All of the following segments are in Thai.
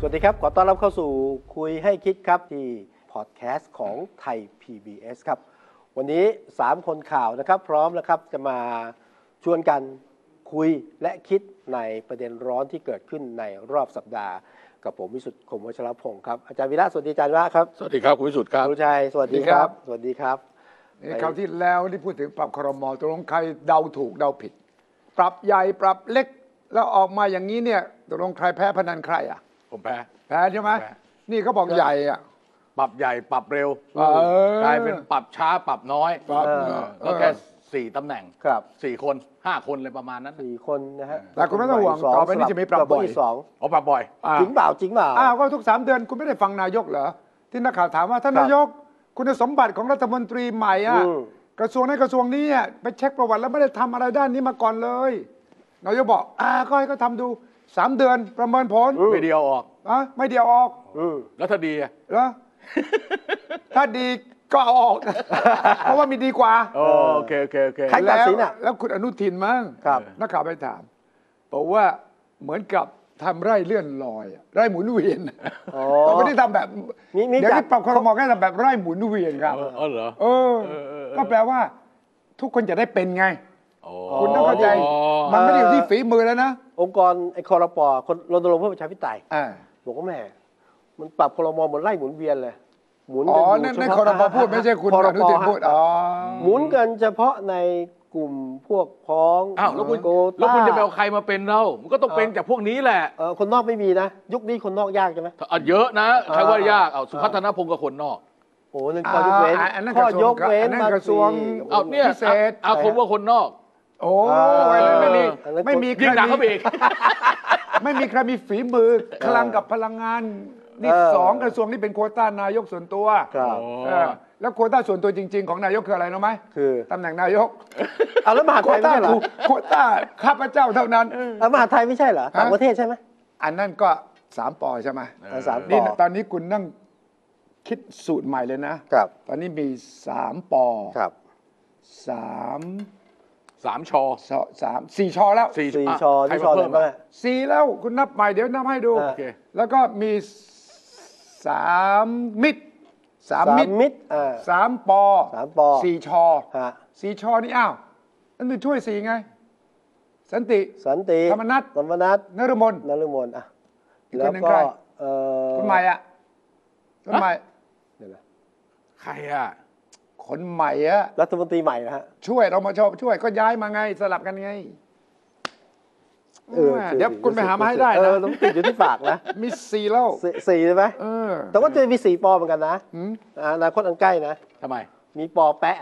สวัสดีครับ ขอต้อนรับเข้าสู่คุยให้คิดครับที่พอดแคสต์ของไทย PBS ครับ วันนี้ 3 คนข่าวนะครับ พร้อมนะครับจะมาชวนกันคุยและคิดในประเด็นร้อนที่เกิดขึ้นในรอบสัปดาห์ กับผมวิสุทธิ์คมวชรพงศ์ครับ อาจารย์วีระสวัสดีอาจารย์วีระครับ สวัสดีครับ คุณวิสุทธ์ครับ ณชัยสวัสดีครับ สวัสดีครับ นี่คราวที่แล้วที่พูดถึงปรับครมตกลงใครเดาถูกเดาผิด ปรับใหญ่ปรับเล็ก แล้วออกมาอย่างนี้เนี่ยตกลงใครแพ้พนันใครอ่ะ ผมแพ้ แพ้ใช่ไหม แพ้ นี่เขาบอกใหญ่อ่ะ ปรับใหญ่ปรับเร็ว เออก ลายเป็นปรับช้าปรับน้อย ปรับ เออ เออ ก็แค่สี่ตำแหน่ง ครับ สี่คนห้าคนเลยประมาณนั้น สี่คนนะฮะ แต่คุณไม่ต้องห่วง ส ต่อไปนี้จะมีปรับบ่สลัอยเก้าสอง อ๋อปรับบ่อย อ่า จริงเปล่าจริงเปล่า อ้าวก็ทุกสามเดือนคุณไม่ได้ฟังนายกเหรอที่นักข่าวถามว่าท่าน ครับ นายก คุณสมบัติของรัฐมนตรีใหม่อ่ะ อืม กระทรวงนั้นกระทรวงนี้อ่ะไปเช็คประวัติแล้วไม่ได้ทำอะไรด้านนี้มาก่อนเลยนายกบอกอ่าก็ให้เขาทำดูสามเดือนประเมินผล ไม่เดียวออก อ่ะไม่เดียวออก อืม แล้วถ้าดีอะ เหร อ ถ้าดีก็เอาออก เพราะว่ามีดีกว่า โอโอเคโอเคโอเค ใคร ตัดสินอะ แล้วแล้วคุณอนุทินมั้ง ครับ นักข่าวไปถามบอกว่าเหมือนกับทำไร่เลื่อนลอยอะไร่หมุนเวียน อ๋อ ตอนนี้ทำแบบ นี่นี่ เดี๋ยว จัด นี้ปรับคอรมอแค่ทำแบบไร่หมุนเวียนครับ เออเออเหรอ เออ เออเออเออ ก็แปลว่า ทุกคนจะได้เป็นไง อ๋อ คุณต้องเข้าใจ อ๋อ มันไม่ได้อยู่ที่ฝีมือแล้วนะ องค์กรไอคอรปอคนรณรงค์เพื่อประชาธิปไตย อ่า บอกว่าแหม่ มันปรับพลมเหมือนไล่หมุนเวียนเลย หมุน อ๋อ กัยู่ นั่น เฉ นั่น พาะ คอรมอพูดไม่ใช่คุณ คร อนุทินพูด ฮะ อ๋อ หมุนกันเฉพาะในกลุ่มพวกพ้อง อ้าวแล้วคุณ โกต้า แล้วคุณจะไปเอาใครมาเป็นเรามันก็ต้องเป็นจากพวกนี้แหละ เอ่อคนนอกไม่มีนะ ยุคนี้คนนอกยากใช่ไหม อ่ะเยอะนะใครว่ายากเอา เออ สุพัฒนพงศ์กับคนนอก โอ้นั่นข้อยกเว้น อ่าอันนั้น ข้อก ระทรวง ยกเว้น อันนั้น มาก ระทรวง สี่ เอาเนี่ย พิเศษ เอาผมว่าคนนอก โอ้ อ่าย ไม่มี อันนั้น ไม่มี ยิ่งหนัก ใคร เข้าไป มี อีก ไม่มีใครมีฝีมือคลังกับพลังงานนี่ เออ สองกระทรวงนี่เป็นโควต้านายกส่วนตัว ครับ โอ้ เออแล้วโควต้าส่วนตัวจริง ๆ ของนายกคืออะไรรู้ไหม คือ ตำแหน่งนายก เอาแล้วมหาด โค ไท วย ไม่ ต้า ใช่เหรอ ถูกโควต้าข้าพเจ้าเท่านั้น เอามหาดไทยไม่ใช่เหรอต่าง ฮะ ประเทศใช่ไหม อันนั้นก็สามปอใช่ไหม อ่าสามป นี่ อ นะตอนนี้คุณนั่งคิดสูตรใหม่เลยนะ ครับ ตอนนี้มีสามปอ ครับ สาม สามชอ สอสามสี่ชอแล้ว สี่ สี่ ะ ชอ ใคร ที่ชอไหนมาเพิ่ม บ้าง อะ ฮะ สี่แล้วคุณนับใหม่เดี๋ยวนับให้ดู อ่า โอเค แล้วก็มีสามมิตรสาม สาม มิตร มิตรอ่า สามปอ สามปอ สี่ชอ ฮะ สี่ชอนี่อ้าวนั่นคือช่วยสี่ไง สันติ สันติ ธรรมนัส ธรรมนัส นรมน นฤมลอ่ะ อีก แล้ ค วน หนึ่ง ก็ ใคร เอ่อ คนใหม่อ่ะคนใหม่ เดี๋ยวนะ ใครอ่ะ คนใหม่อ่ะ รัฐมนตรีใหม่นะฮะ ช่วยเรามาชอบช่วยก็ย้ายมาไง สลับกันไง เออ อ่า จริง เดี๋ยวคุณไปหามาให้ได้ เอ นะ อต้องติดอยู่ที่ปากนะ มีสี่แล้ว สี่สี่ใช่ไหม เออ แต่ว่าจะมีสี่ปอเหมือนกันนะ หืม อ่าอนาคตอันใกล้นะ ทำไม มีปอแปะ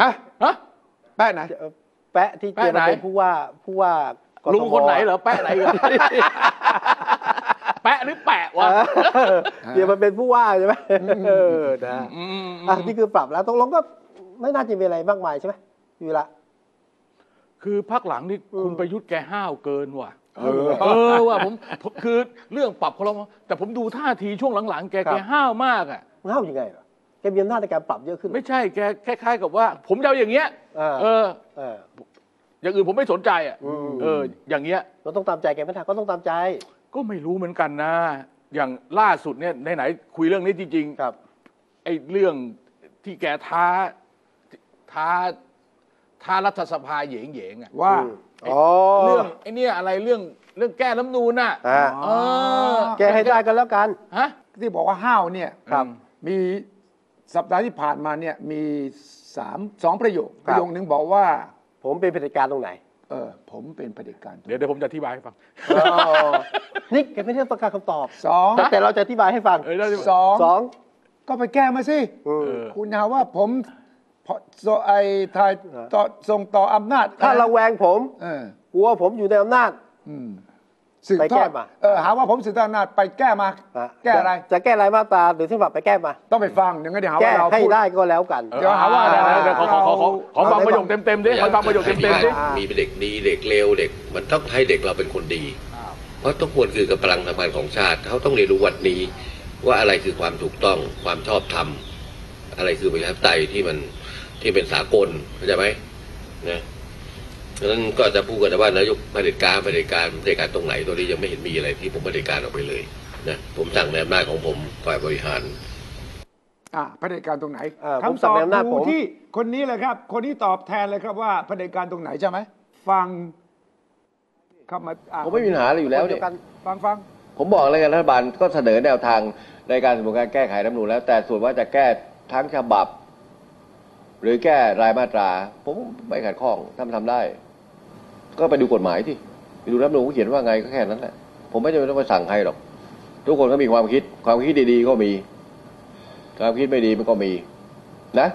ฮะ ฮะ แป้ไหน เอ่อแปะที่เจ แปะ ร ไหน เป็นผู้ว่าผู้ว่ากทม ลุงคนไหนเหรอ แปะไหน เหรอ แปะหรือแปะวะ เออเดี๋ยวมันเป็นผู้ว่าใช่ไหมเออนะ อืม อ่ะนี่คือปรับแล้วตกลงก็ไม่น่าจะมีอะไรมากมายใช่ไหมอยู่ละ คือพักหลังนี่คุณประยุทธ์แกห้าวเกินว่ะ เออ เออว่ะผมผมคือเรื่องปรับคอรมอแต่ผมดูท่าทีช่วงหลังๆ แก ครับ แกห้าวมากอ่ะ เล่ายังไงเหรอแกมีอำนาจในการปรับเยอะขึ้นเหรอ ไม่ใช่แกคล้ายๆกับว่า ผมจะเอาอย่างเงี้ย อ่า เออ เออ อย่างอื่นผมไม่สนใจอ่ะ อืม เออ อย่างเงี้ย เราต้องตามใจแกไม่ได้ก็ต้องตามใจ ก็ไม่รู้เหมือนกันนะ อย่างล่าสุดเนี่ยไหนๆคุยเรื่องนี้จริงๆ ครับ ไอ้เรื่องที่แกท้าท้าท้ารัฐสภาเหยงเหยงๆอะ ว่า อืมอ๋อ เรื่องไอ้เนี่ยอะไรเรื่องเรื่องแก้รัฐธรรมนูนน่ะ อ่า เออ แกให้ได้กันแล้วกัน ฮะ ที่บอกว่าห้าวเนี่ย ครับ มีสัปดาห์ที่ผ่านมาเนี่ยมีสามสองประโยค ค ป รับ ระโยคนึงบอกว่า ผมเป็นเผด็จการตรงไหน เออผมเป็นเผด็จการ เดี๋ยวเดี๋ยวผมจะอธิบายให้ฟัง นี่แกไม่ได้ต้องการคำตอบ สอง แต่แต่เราจะอธิบายให้ฟัง เออได้ สอง สอง ก็ไปแก้มาสิ เออ เออ คุณหาว่าผมพอโซไอทายต่อส่งต่ออำนาจ ถ้าระแวงผม เออก ลัวผมอยู่ในอำนาจ อืม สืบ ไป ท แก้ อด มา เออหาว่าผมสืบทอดอำนาจไปแก้มา นะ แก้อะไร จะแก้รายมาตราหรือที่แบบไปแก้มา ต้องไปฟังเดี๋ยวงั้นเดี๋ยวหา แก้ ว่าเรา ให้ พูด ได้ก็แล้วกัน เดี๋ยวหาว่า เดี๋ย เรา เดี๋ยวขอขอขอขอขอฟังประโยคเต็มๆดิขอฟังประโยคเต็มๆดิ มีเด็กดีเด็กเลวเด็ก มันต้องให้เด็กเราเป็นคนดี เพราะทุกคนคือกำลังทำงานของชาติ เขาต้องเรียนรู้วันนี้ ว่าอะไรคือความถูกต้องความชอบธรรม อะไรคือประชาธิปไตยที่มันที่เป็นสากลเข้าใจไหมนะฉะนั้นก็จะพูดกันแต่ว่านายกเผด็จการเผด็จการเผด็จการตรงไหนตัวนี้ยังไม่เห็นมีอะไรที่ผมเผด็จการออกไปเลยนะผมสั่งในอำนาจของผมฝ่ายบริหาร อ่าเผด็จการตรงไหน อ่าผม คำตอบ สั่งในอำนาจ ดู ผม ที่คนนี้เลยครับ คนนี้ตอบแทนเลยครับว่าเผด็จการตรงไหนใช่ไหมฟังเข้ามาอ่ะ ผมไม่มีปัญหาอะไรอยู่แล้ว เดี เนี่ย ย วกัน ฟังฟัง ผมบอกเลยกันรัฐบาลก็เสนอแนวทางในการสมมติการแก้ไขรัฐธรรมนูญแล้วแต่ส่วนว่าจะแก้ทั้งฉบับ หรือแก้รายมาตรา ผมไม่ขัดข้องทำทำได้ ก็ไปดูกฎหมายที่ไปดูรัฐธรรมนูญเขาเขียนว่าไงก็แค่นั้นแหละผมไม่จำเป็นต้องไปสั่งใครหรอก ทุกคนก็มีความคิด ความคิดดีๆก็มี ความคิดไม่ดีมันก็มี นะ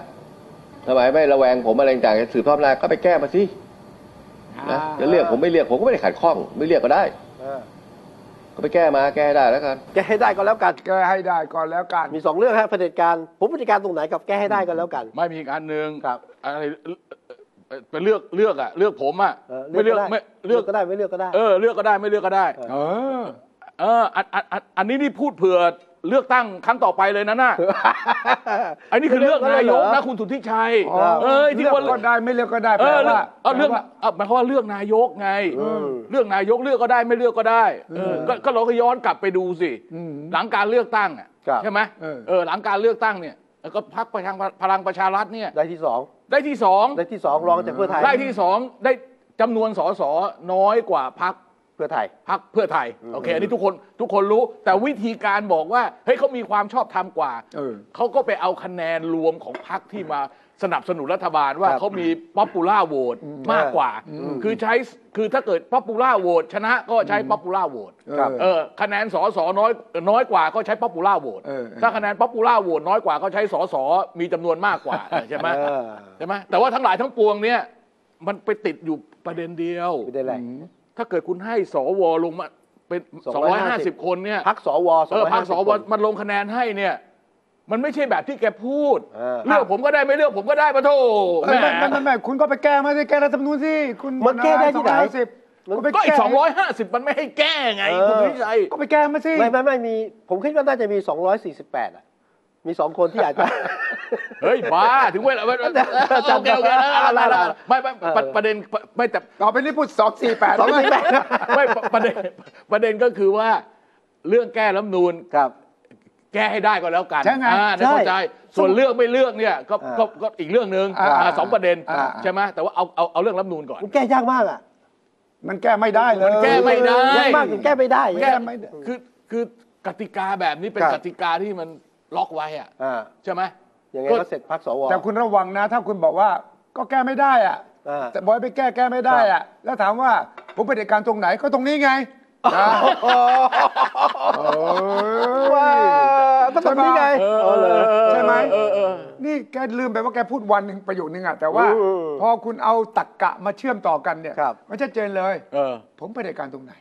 ทำไมไม่ระแวงผมอะไรต่างๆจะสืบทอดอำนาจก็ไปแก้มาสินะจะเลือกผมไม่เลือกผมก็ไม่ได้ขัดข้อง ไม่เลือกก็ได้ ก็ไปแก้มาแก้ให้ได้แล้วกัน แก้ให้ได้ก็แล้วกัน แก้ให้ได้ก่อนแล้วกัน มีสองเรื่องฮะเผด็จการผมเผด็จการตรงไหนกับแก้ให้ได้ก็แล้วกัน ไม่มีอีกอันหนึ่ง ครับ อะไรเอ่อเป็นเลือกเลือกอะเลือกผมอะ เออ ไม่ เลื เลื อ อก ก ก็ได้ ไม่เลือเลือกกก็ได้ไม่เลือกก็ได้ เออเลือกก็ได้ไม่เลือกก็ได้ เออ เอออันอันอันอันนี้นี่พูดเผื่อเลือกตั้งครั้งต่อไปเลยนะน่ะ อันนี้คือเลือกนายกนะคุณสุทธิชัย อ๋อ เอ้ยที่ เลือก ว่า ก็ได้ไม่เลือกก็ได้ เอ แปล อเลือก ว่า เอาเลือก แปลว่า เอาหมายความว่าเลือกนายกไง อืม เลือกนายกเลือกก็ได้ไม่เลือกก็ได้เออก็ก็เราก็ย้อนกลับไปดูสิ อืม หลังการเลือกตั้งอะ ครับ ใช่ไหม เออ เออหลังการเลือกตั้งเนี่ยแล้วก็พักไปทางพลังประชารัฐเนี่ย ได้ที่สอง ได้ที่สอง ได้ที่สองรองจากเพื่อไทย ได้ที่สองได้จำนวนสสน้อยกว่าพัก เพื่อไทย พักเพื่อไทยโอเคอันนี้ทุกคนทุกคนรู้แต่วิธีการบอกว่าเฮ้ยเขามีความชอบธรรมกว่า เออ เขาก็ไปเอาคะแนนรวมของพักที่มาสนับสนุนรัฐบาลว่า ครับ เขามีป๊อปปูล่าโหวตมากกว่า คือใช้คือถ้าเกิดป๊อปปูล่าโหวตชนะก็ใช้ป๊อปปูล่าโหวต เออ เออคะแนนสสน้อยน้อยกว่าก็ใช้ป๊อปปูล่าโหวต เออ ถ้าคะแนนป๊อปปูล่าโหวตน้อยกว่าก็ใช้สสมีจำนวนมากกว่าเออใช่ไหม เออ ใช่ไหมแต่ว่าทั้งหลายทั้งปวงเนี่ย มันไปติดอยู่ประเด็นเดียว ไม่ได้แหละ ถ้าเกิดคุณให้สวลงมาเป็น 250 250 คนเนี่ย พักสวส เออพักสว คน มันลงคะแนนให้เนี่ย มันไม่ใช่แบบที่แกพูด เออ เลือกผมก็ได้ไม่เลือกผมก็ได้ปะโถแห ไม่ไม่ ม ไม่ไม่คุณก็ไปแก้มาสิแก้รัฐธรรมนูญสิคุณ มันแก้ได้ที่ไหน 250ก็ไป ก็อี แก้ ก250 มันไม่ให้แก้ไง เออ คุณวิชัย ก็ไปแก้มาสิ ไม่ไม่ไม่มี ผมคิดว่าน่าจะมี 248 อ่ะ มีสองคนที่อาจจะ เฮ้ยบ้าถึงเวลาเออโอเคโอเคแล้วแล้วแล้วแล้วไม่ไม่ประประเด็นไม่แต่ ต่อไปนี้พูดสองสี่แปดแล้วไหม ไม่ประเด็นประเด็นก็คือว่าเรื่องแก้รัฐธรรมนูน ครับ แก้ให้ได้ก็แล้วกัน ใช่ไง อ่าได้เข้าใจ ส่วนเรื่องไม่เรื่องเนี่ยก็ อ่า ก็ก็อีกเรื่องหนึ่ง อ่า อ่าสองประเด็น อ่า ใช่ไหมแต่ว่าเอาเอาเอาเรื่องรัฐธรรมนูนก่อน มันแก้ยากมากอ่ะ มันแก้ไม่ได้เลย มันแก้ไม่ได้ ยากมากจนแก้ไม่ได้ แก้ไม่ได้ คือคือกติกาแบบนี้เป็น ครับ กติกาที่มันล็อกไว้อะ อ่า ใช่ไหม ยังไงก็เสร็จพักสว แต่คุณระวังนะ ถ้าคุณบอกว่าก็แก้ไม่ได้อะ เออ แต่บอยไปแก้แก้ไม่ได้อะแล้วถามว่าผมเป็นเอกการตรงไหนก็ตรงนี้ไงนะ เอ้ย ว้าวก็ตรงนี้ไง ใช่ปะ เออเลย ใช่ไหม เออเออ นี่แกลืมไปว่าแกพูดวันหนึ่งประโยคนึงอะแต่ว่า อืม พอคุณเอาตักกะมาเชื่อมต่อกันเนี่ย ครับ มันชัดเจนเลย เออ ผมไปรายการตรงไหน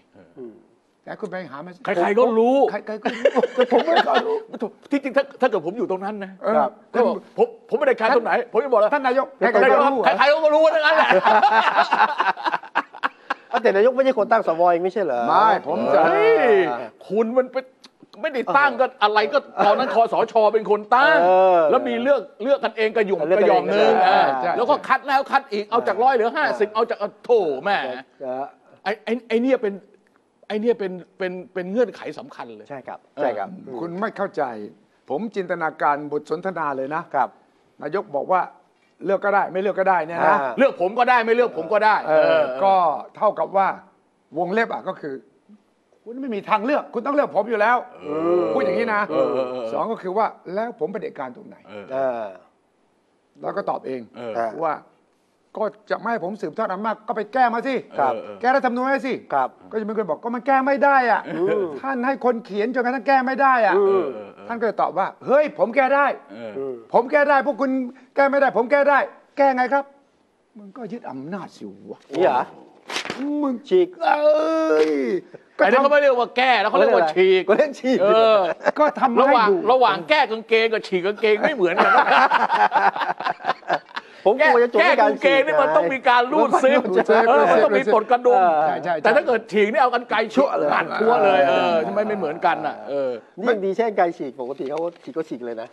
แต่คุณไปหามาสิ ใครๆก็รู้ ใครใครก็รู้แต่ผมไม่เคยรู้ ที่จริงถ้าถ้าเกิดผมอยู่ตรงนั้นนะครับ ก็บอกผมผมไม่ได้การตรงไหน ผมจะบอกแล้ว ท่านนายกใคร ใคร ใคร ๆ ก็ ก็รู้ รู้ ใครๆก็รู้ทั้งนั้นแหละ เอาแต่นายกไม่ใช่คนตั้งสวเองไม่ใช่เหรอ ไม่ผมจะ เฮ้ยคุณมันเป็นไม่ได้ตั้งก็อะไรก็ตอนนั้นคอสชเป็นคนตั้ง เออ แล้วมีเลือกเลือกกันเองกระหยุ่ม เลือกกักน ระหย่อมหนึ่ง เอง อ่า ใช่ แล้วก็คัดแล้วคัดอีกเอาจากร้อยเหลือห้าสิบเอาจากโถแม่ เออ ไอ้ไอ้ไอ้เนี่ยเป็นไอ้เนี่ยเป็นเป็นเป็นเงื่อนไขสำคัญเลย ใช่ครับ ใช่ครับ คุณไม่เข้าใจ ผมจินตนาการบทสนทนาเลยนะครับ นายกบอกว่าเลือกก็ได้ไม่เลือกก็ได้เนี่ยนะ อ่า เลือกผมก็ได้ไม่เลือกผมก็ได้ เอ เอ อ อ ก็เท่ากับว่าวงเล็บอ่ะก็คือ คุณไม่มีทางเลือก คุณต้องเลือกผมอยู่แล้วพูดอย่างนี้นะสองก็คือว่าแล้วผมเป็นเด็จการตรงไหน เออ แล้วก็ตอบเอง เออ ครับ ว่า ก็จะไม่ให้ผมสืบทอดอำนาจก็ไปแก้มาสิ ครับ แก้รัฐธรรมนูญให้สิ ครับ ก็จะมีคนบอกก็มันแก้ไม่ได้อ่ะท่านให้คนเขียนจนกระทั่งแก้ไม่ได้อ่ะท่านก็จะตอบว่า เฮ้ย ผมแก้ได้ ผมแก้ได้ พวกคุณแก้ไม่ได้ ผมแก้ได้ แก้ไงครับ มึงก็ยึดอำนาจสิวะ นี่เหรอ มึง ฉีก เอ้ยก็ ไอ้นั่นเขา ทำ ไม่เรียกว่าแก้แล้วเขาเรียกว่าฉีก ก็เล่นฉีก เออ ก็ทำ ระห ให้ ว่าง ดู ระหว่างแก้กางเกงกับฉีกกางเกงไม่เหมือนกันนะ ผมก แก้ ลัวจะจบ แก้ ด้วยการ กางเกงนี่มันต้องมีการรูดซิปเออมันต้องมีปลดกระดุม ใช่ใช่ แต่ ใช่ ถ้าเกิดฉีกนี่เอากันไกลชั่วเลยหันทั่วเลยเออ เออ ทำไมไม่เหมือนกันอ่ะเออ นี่ยังดีแช่งไกลฉีกปกติเขาฉีกก็ฉีกเลยนะ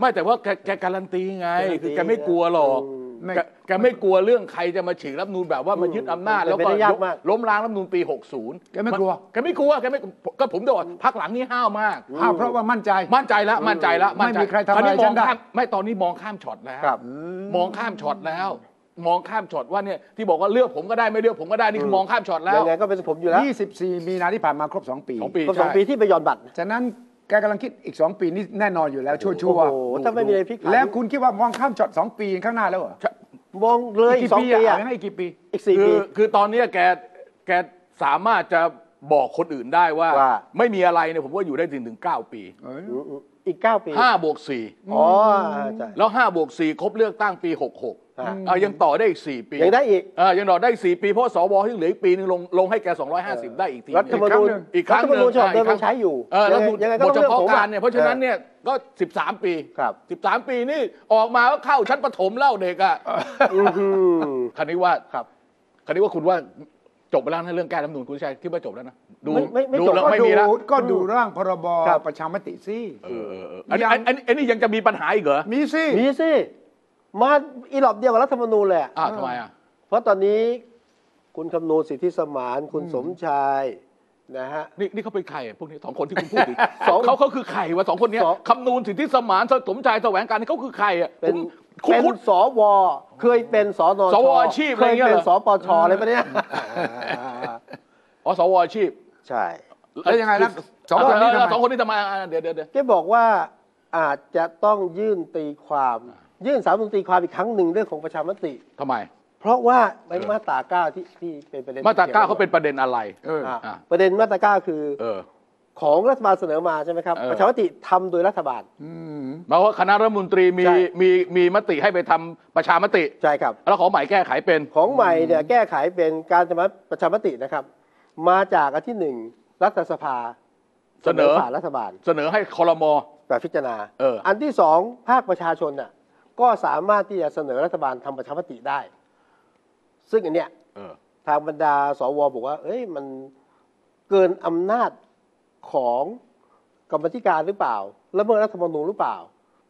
ไม่แต่ว่าแกแกการันตีไง การันตี คือแกไม่กลัวหรอก ไม่ แกแกไม่กลัวเรื่องใครจะมาฉีกรับนูนแบบว่ามายึดอำนาจ เป็น แล้ว ไป ก็ ได้ยากมาก ล้มล้างรับนูนปี 60 แกไม่กลัว แกไม่กลัวแกไม่ก็ผมบอกว่าพักหลังนี่ห้าวมาก อ้าวเพราะว่ามั่นใจ มั่นใจแล้วมั่นใจแล้ว ไม่มีใครทำอะตไรอนนี้ม ฉั อง นได้ ข้ามไม่ตอนนี้มองข้ามช็อตแล้ว ครับ มองข้ามช็อตแล้ว มองข้ามช็อตว่าเนี่ยที่บอกว่าเลือกผมก็ได้ไม่เลือกผมก็ได้นี่คือมองข้ามช็อตแล้ว ยังไงก็เป็นผมอยู่แล้ว 24 มีนาที่ผ่านมาครบ 2 ปี สองปี ก็สอง ใช่ ปีที่ไปหย่อนบัตร ฉะนั้นแกกำลังคิดอีก 2 ปีนี่แน่นอนอยู่แล้วชัวร์ โอ้โหถ้าไม่มีอะไรพลิกผัน แล้วคุณคิดว่ามองข้ามช็อต2ปีข้างหน้าแล้วเหรอ มองเลยอี กี่ กสอง ปี ปี อ่ะ อะ ให้กี่ปี อีกสี่ คื ปี อคือตอนเนี้ยแกแกสามารถจะบอกคนอื่นได้ว่า ว่า ไม่มีอะไรเนี่ยผมว่าอยู่ได้ถึงถึงเก้าปี อืมๆอีกเก้าปี ห้าบวกสี่ อ๋อใช่ แล้วห้าบวกสี่ครบเลือกตั้งปีหกหก อ่ะ เอายังต่อได้อีกสี่ปี ยังได้อีก เออยังต่อได้อีกสี่ปีเพราะสวที่เหลืออีกปีนึงลงลงให้แกสองร้อยห้าสิบได้อีกทีห รั นึ่ง ฐธรรมนูญ อีกครั้งห รัฐธรรม นึ่ นูญ ง ฉบับเดิม อ่ะอีกมันครั้งใช้อยู่ เออแล้วถูก ยังไง บ ก็ ท ต้ เฉ องเลือก พาะ ผมอ การเนี่ยเพราะฉะนั้นเนี่ยก็ 13 ปี ครับ 13 ปีนี่ออกมาก็เข้าชั้นประถมแล้วเด็กอ่ะ อื้อหือ คันนี้ว่า ครับ คันนี้ว่าคุณว่าจบไปแล้วนะเรื่องแก้รัฐธรรมนูญคุณชัยที่ว่าจบแล้วนะดู ไม่ไม่ไม่ ดู จบ แล้ว ก็ ไม่ ดู มีแล้ว ก็ดูร่างพรบ ครับ ประชามติสิ เออเออเอออันนี้อันอันอันนี้ยังจะมีปัญหาอีกเหรอ มีสิ มีสิมาอีหลอบเดียวกับรัฐธรรมนูญเลยอะ อ้าวทำไมอ่ะ เพราะตอนนี้คุณคำนูญสิทธิสมานคุณสมชายนะฮะ นี่นี่เขาเป็นใครอะพวกนี้สองคนที่คุณพูดถึง สอง เขาเขาคือใครวะสองคนเนี้ย สอง คำนูนสิทธิสมานสมชายแสวงการนี่เขาคือใครอ่ะผ เป็น มคุณ เป็น คุณ สวเคยเป็นสนช สวอาชีพอะ เค ไร ย เงี้ย เป็น เหรอ สปชอะไรปะเนี่ย อ๋อสวอาชีพ ใช่ แล้วยังไงนะสองคนนี้ทำไม แล้วสองคนนี้ทำไมอ่ะเดี๋ยวเดี๋ยวเดี๋ยว แกบอกว่าอาจจะต้องยื่นตีความ ยื่นสามตีความอีกครั้งหนึ่งเรื่องของประชามติ ทำไม เพราะว่าในมาตราเก้าที่ที่เป็นประเด็น มาตราเก้าเขาเป็นประเด็นอะไร เออ อ่ะ อ่ะ ประเด็นมาตราเก้าคือ เออ ของรัฐบาลเสนอมาใช่ไหมครับ เออ ประชามติทำโดยรัฐบาล อืม หมายความว่าคณะรัฐมนตรีมี ใช่ มีมีมติให้ไปทำประชามติ ใช่ครับ แล้วขอใหม่แก้ไขเป็น ของใหม่เนี่ยแก้ไขเป็นการจะมาประชามตินะครับ มาจากอันที่หนึ่งรัฐสภา เสนอ ผ่านรัฐบาล เสนอให้คอรมอ แบบพิจารณา เอออั นที่สองภาคประชาชนน่ะก็สามารถที่จะเสนอรัฐบาลทำประชามติได้ ซึ่งอันเนี้ย เออ ทางบรรดาสวบอกว่า เอ้ย มันเกินอำนาจของกรรมธิการหรือเปล่า ละเมิดรัฐธรรมนูญหรือเปล่า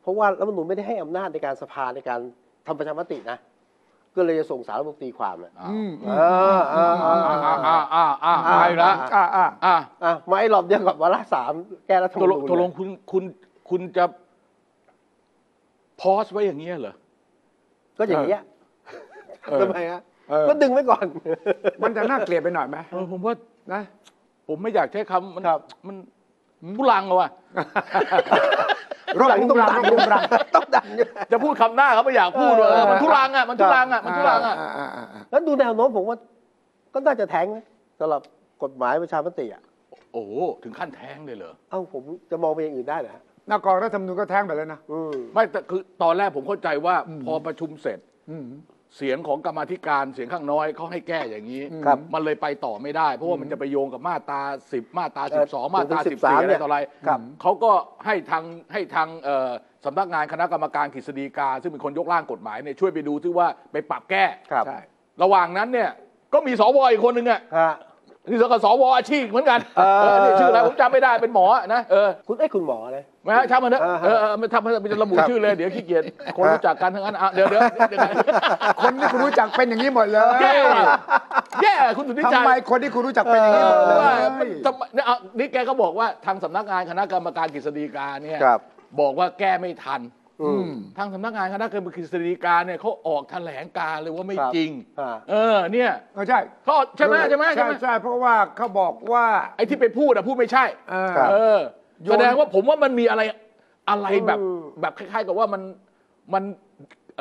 เพราะว่ารัฐธรรมนูญไม่ได้ให้อำนาจในการสภาในการทำประชามตินะ ก็เลยจะส่งสารรัฐธรรมนตรีความอ่ะ อ้าว อืม อ่าอ่าอ่า อ่า อ่า อ่าอ่าอ่าอ่าไปละ อ่าอ่า อ่า อ่ะมาไอ้รอบเดียวกับวาระสามแก้รัฐธรรม ตกล นู ง ญ ตกลงคุณคุณคุณจะพอสไว้อย่างเงี้ยเหรอ ก็อย่างเงี้ย เออ ทำไมฮะ เออ ก็ดึงไว้ก่อน มันจะน่าเกลียดไปหน่อยไหม เออผมว่า นะ ผมไม่อยากใช้คำมัน ครับ มันทุลังอะว่ะ รบรุงรังรบรุงรัง ต้องดันอยู่ จะพูดคำหน้าเขาไม่อยากพูดเลยเออมันทุลังอะมันทุลังอะมันทุลังอะ าาอ่า แล้วดูแนวโน้มผมว่า ก็น่าจะแทงนะสำหรับกฎหมายประชามติอ่ะ โอ้โหถึงขั้นแท้งเลยเหรอ เอ้าผมจะมองไปอย่างอื่นได้เหรอฮะ หน้ากองรัฐธรรมนูญก็แท้งไปแล้วนะ อืม ไม่แต่คือตอนแรกผมเข้าใจว่าพอประชุมเสร็จ อืม เสียงของกรรมาธิการเสียงข้างน้อยเขาให้แก้อย่างนี้ ครับ มันเลยไปต่อไม่ได้ เพราะว่ามันจะไปโยงกับมาตรา10 มาตรา เอ่อ 12 มาตรา ถึง13 14อะไรต่ออะไร ครับ เขาก็ให้ทางให้ทางเอ่อสำนักงานคณะกรรมการกฤษฎีกา ซึ่งเป็นคนยกร่างกฎหมายเนี่ยช่วยไปดูที่ว่าไปปรับแก้ ครับ ใช่ ระหว่างนั้นเนี่ยก็มีสวอีกคนหนึ่งอ่ะ ฮะ นี่สกสวอาชีพเหมือนกัน เออ เออนี่ชื่ออะไรผมจำไม่ได้เป็นหมอนะเออ คุณไอ้ยคุณหมอนะ ไม่ฮะช่างมันเถอะ อ่าฮะ เออเออมันทำให้มันจะระบุชื่อเลย เดี๋ยวขี้เกียจคนรู้จักกันทั้งนั้นอ่ะเดี๋ยวเดี๋ยวเดี๋ยวก่อน คนที่คุณรู้จักเป็นอย่างนี้หมดเลย แย่แย่คุณสุทธิชั ทำ ย ไมคนที่คุณรู้จักเป็นอย่างนี้หมดเล เออย มันทำไมเนี่ยเอานี่แกก็บอกว่าทางสำนักงานคณะกรรมการกฤษฎีกาเนี่ย ครับ บอกว่าแก้ไม่ทัน อืม ทางสำนักงานคณะกรรมการกฤษฎีกาเนี่ยเขาออกแถลงการณ์เลยว่าไม่ ครับ จริง อ่า เออเนี่ย เออใช่ เขาใช่ไหมใช่ไหมใช่ ใช่ ไหม ใช่เพราะว่าเขาบอกว่า ไอ้ที่ไปพูดอะพูดไม่ใช่ เออ ครับ เออ โยน แสดงว่าผมว่ามันมีอะไรอะไรแบบ อืม แบบคล้ายๆกับว่ามันมัน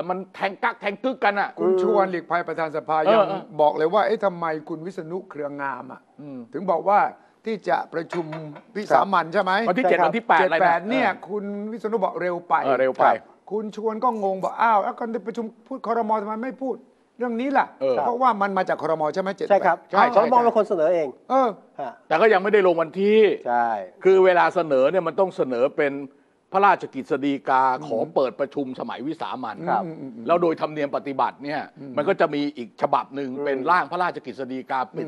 มันแทงกักแทงกึกกันอ่ะ คุณชวนหลีกภัยประธานสภา เออ ยัง เออ บอกเลยว่าเอ๊ะทำไมคุณวิษณุเครืองามอ่ะ อืม ถึงบอกว่าที่จะประชุมวิสามันใช่ไหม วันที่เจ็ด ใช่ครับ วันที่แปด เจ็ด อะไระ แปดเนี่ย คุณวิษณุบอกเร็วไป เออเร็วไป คุณชวนก็งงบอกอ้าวแล้วก็ประชุมพูดคอรมอทำไมไม่พูด เรื่องนี้ล่ะ เออ เพราะว่ามันมาจากครมใช่ไหมเจ็ด ใช่ครับ ใช่ คอรมอ ใช่ เป็นคนเสนอเอง เออ ฮะ แต่ก็ยังไม่ได้ลงวันที่ ใช่ คือเวลาเสนอเนี่ยมันต้องเสนอเป็นพระราชกิจฎีกาขอเปิดประชุมสมัยวิสามัน ครับ แล้วโดยธรรมเนียมปฏิบัติเนี่ยมันก็จะมีอีกฉบับหนึ่งเป็นร่างพระราชกิจฎีกาปิด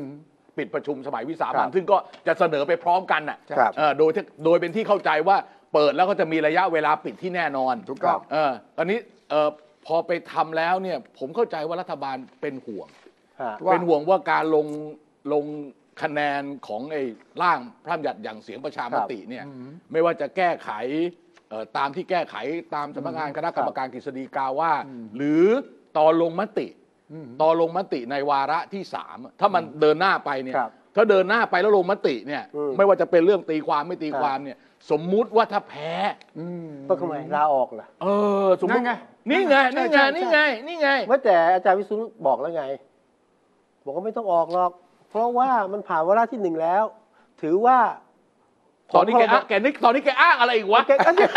ปิดประชุมสมัยวิสา ครั มัน บ ซึ่งก็จะเสนอไปพร้อมกันน่ะ ครับ เออโดยที่โดยเป็นที่เข้าใจว่าเปิดแล้วก็จะมีระยะเวลาปิดที่แน่นอน ถูกต้อง เออตอนนี้เออพอไปทำแล้วเนี่ยผมเข้าใจว่ารัฐบาลเป็นห่วง ฮะ ว่า เป็นห่วงว่าการลงลงคะแนนของไอ้ร่างพระราชบัญญัติอย่างเสียงประชามติเนี่ยไม่ว่าจะแก้ไขเอ่อตามที่แก้ไขตามสำนักงานคณะกรรมการกฤษฎีกาว่า หรือตอนลงมติตอนลงมติในวาระที่สามถ้ามันเดินหน้าไปเนี่ย ครับ ถ้าเดินหน้าไปแล้วลงมติเนี่ย อืม ไม่ว่าจะเป็นเรื่องตีความไม่ตีความเนี่ยสมมุติว่าถ้าแพ้ ต้องทำไมลาออกล่ะ เออสมมติ นั่นไง นี่ไง ใช่ นี่ไงใช่ใช่ นี่ไงนี่ไง เมื่อแต่อาจารย์วิศนุบอกแล้วไง บอกว่าไม่ต้องออกหรอก เพราะว่ามันผ่านวาระที่หนึ่งแล้ว ถือว่า ตอนนี้แกอ้างแกนี่ตอนนี้แกอ้างอะไรอีกวะ แกอันเนี้ย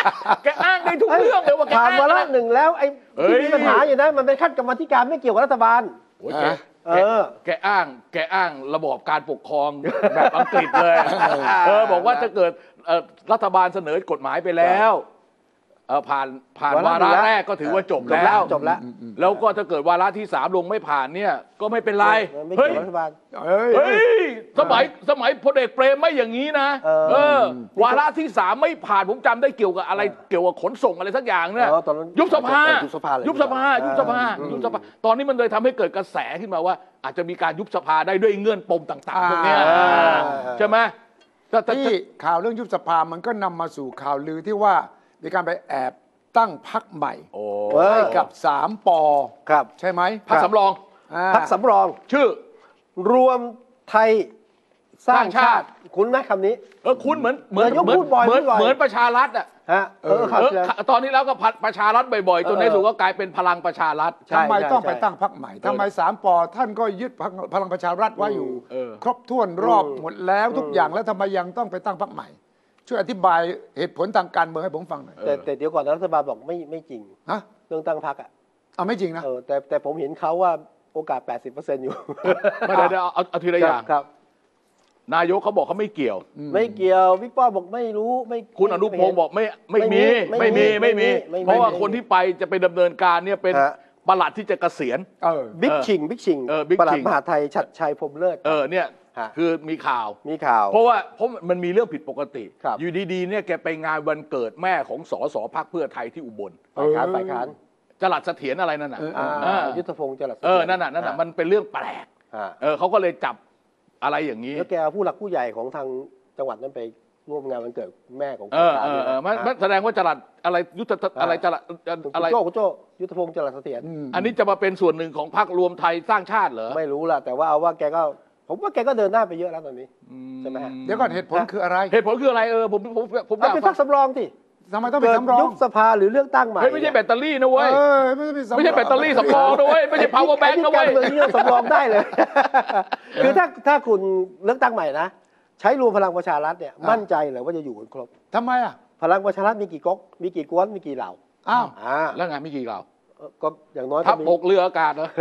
แกอ้างได้ทุกเรื่องเลยว่าแก ผ่าน อ้าง วา อะไร ระหนึ่งแล้วไอ้ เอ้ ที่มียปัญหาอยู่นะมันเป็นขั้นกรรมาธิการไม่เกี่ยวกับรัฐบาล โอ้ยแก เออ แกอ้าง แกอ้างระบอบการปกครองแบบอังกฤษเลยเออบอกว่าถ้าเกิดเอ่อรัฐบาลเสนอกฎหมายไปแล้วเอ่อผ่านผ่านวาว าระหนึ่งระแล้ว แรกก็ถือว่าจบ จบแล้ แล้ว ว จบแล้ว แล้วก็ถ้าเกิดวาระที่สามลงไม่ผ่านเนี่ย ก็ไม่เป็นไร มันไม่ เฮ้ เกี่ย ยว กับรัฐบาล เอ้ย เฮ้ยสมัยสมัยพลเอกเปรมไม่อย่างนี้นะ เออ วาระที่สามไม่ผ่านผมจำได้เกี่ยวกับอะไรเกี่ยวกับขนส่งอะไรสักอย่างเนี่ย เออตอนนั้น ยุบสภา ยุบสภาเลย ยุบสภา ยุบสภา ยุบสภา ตอนนี้มันเลยทำให้เกิดกระแสขึ้นมาว่า อาจจะมีการยุบสภาได้ด้วยเงื่อนปมต่างๆพวกเนี้ย อ่า ใช่ไหมแต่แต่ ที่ข่าวเรื่องยุบสภามันก็นำมาสู่ข่าวลือที่ว่ามีการไปแอบตั้งพักใหม่ โอ้ เออ ให้กับสามปอ ครับ ใช่ไหม พักสำรอง อ่า พักสำรอง ชื่อ รวมไทยสร้าง สร้างชา ชา ติ ติ คุณนะคำนี้ เออคุณเหมือนเหมือน นายก เหมือน พูดบ่อย เหมือน พูดบ่อย เหมือนประชารัฐอ่ะ ฮะเออข่าว เออ ที่แล้ว ตอนนี้แล้วก็พัดประชารัฐบ่อยๆจนใน เออ สุดก็กลายเป็นพลังประชารัฐ ใช่ ทำไม ใช่ ต้องไป ใช่ ตั้งพักใหม่ ทำไมสามปอท่านก็ยึดพรรคพลังประชารัฐไว้อยู่ เออ ครบถ้วนรอบหมดแล้วทุกอย่างแล้วทำไมยังต้องไปตั้งพักใหม่ ช่วยอธิบายเหตุผลทางการเมืองให้ผมฟังหน่อย แต่แต่เดี๋ยวก่อนนะรัฐบาลบอกไม่ไม่จริง ฮะ เรื่องตั้งพักอ่ะ เอาไม่จริงนะ เออแต่แต่ผมเห็นเขาว่าโอกาส 80%อยู่ ไม่ได้เอาเอาเอาทีละอย่าง ครับ นายกเขาบอกเขาไม่เกี่ยว ไม่เกี่ยวพี่ป้อมบอกไม่รู้ไม่ คุณอนุพงศ์บอกไม่ไม่มี ไม่ ไม่ มี มีไม่มี ไม่มี เพราะว่า ไม่มี คนที่ไปจะไปดำเนินการเนี่ยเป็น ฮะ ประหลัดที่จะเกษียณ เออ บิ๊ก เออ ชิงบิ๊กชิง เออบิ๊ก ประหลั ชิ ด ง มหาไทยชัดชัยพรหมเลิศ เออเนี่ย ฮะ คือมีข่าว มีข่าว เพราะว่าเพราะมันมีเรื่องผิดปกติ ครับ อยู่ดีๆเนี่ยแกไปงานวันเกิดแม่ของสสพักเพื่อไทยที่อุบล ฝ่ายค้านฝ่ายค้าน จรัสเสถียรอะไรนั่นน่ะ เออ อ่า เออ ยุทธพงศ์จรัส เออนั่นน่ะนั่นน่ะมันเป็นเรื่องแปลก อ่า เออเขาก็เลยจับอะไรอย่างนี้ แล้วแกเอาผู้หลักผู้ใหญ่ของทางจังหวัดนั้นไปร่วมงานวันเกิดแม่ของ เออเออเออมันมันแสดงว่าจรัสอะไรยุทธอะไรจรัส อะ อะไร ไร โจ้คุณโจ้ยุทธพงศ์จรัสเสถียร อันนี้จะมาเป็นส่วนหนึ่งของพรรครวมไทยสร้างชาติเหรอ ไม่รู้ล่ะแต่ว่าเอาว่าแกก็ ผมว่าแกก็เดินหน้าไปเยอะแล้วตอนนี้ อืม ใช่ไหมฮะ เดี๋ยวก่อนเหตุผลคืออะไร เหตุผลคืออะไรเออผมผมผม เอา ด่า เป็น ฟั พั ง กสำรองที่ ทำไมต้องเป็ เกิ น ด สำรอง ยุบสภาหรือเลือกตั้งใหม่ เฮ้ยไม่ใช่แบตเตอรี่นะ เอ เว้ย อไม่ใช่เป็นสำรอง ไม่ใช่แบตเตอรี่สำรองนะเว้ยไม่ใช่ power bank นะ ไอ้ เว้ย ที่การเมืองนี่เราสำรองได้ เลย คือถ้าถ้าคุณเลือกตั้งใหม่นะใช้รวมพลังประชารัฐเนี่ยมั่นใจเลยว่าจะอยู่กันครบ ทำไมอ่ะ พลังประชารัฐมีกี่ก๊กมีกี่กวนมีกี่เหล่า อ้าว อ่า แล้วไงไม่กี่เหล่า เออก็อย่างน้อย ทัพ มี บกเรืออากาศเหรอ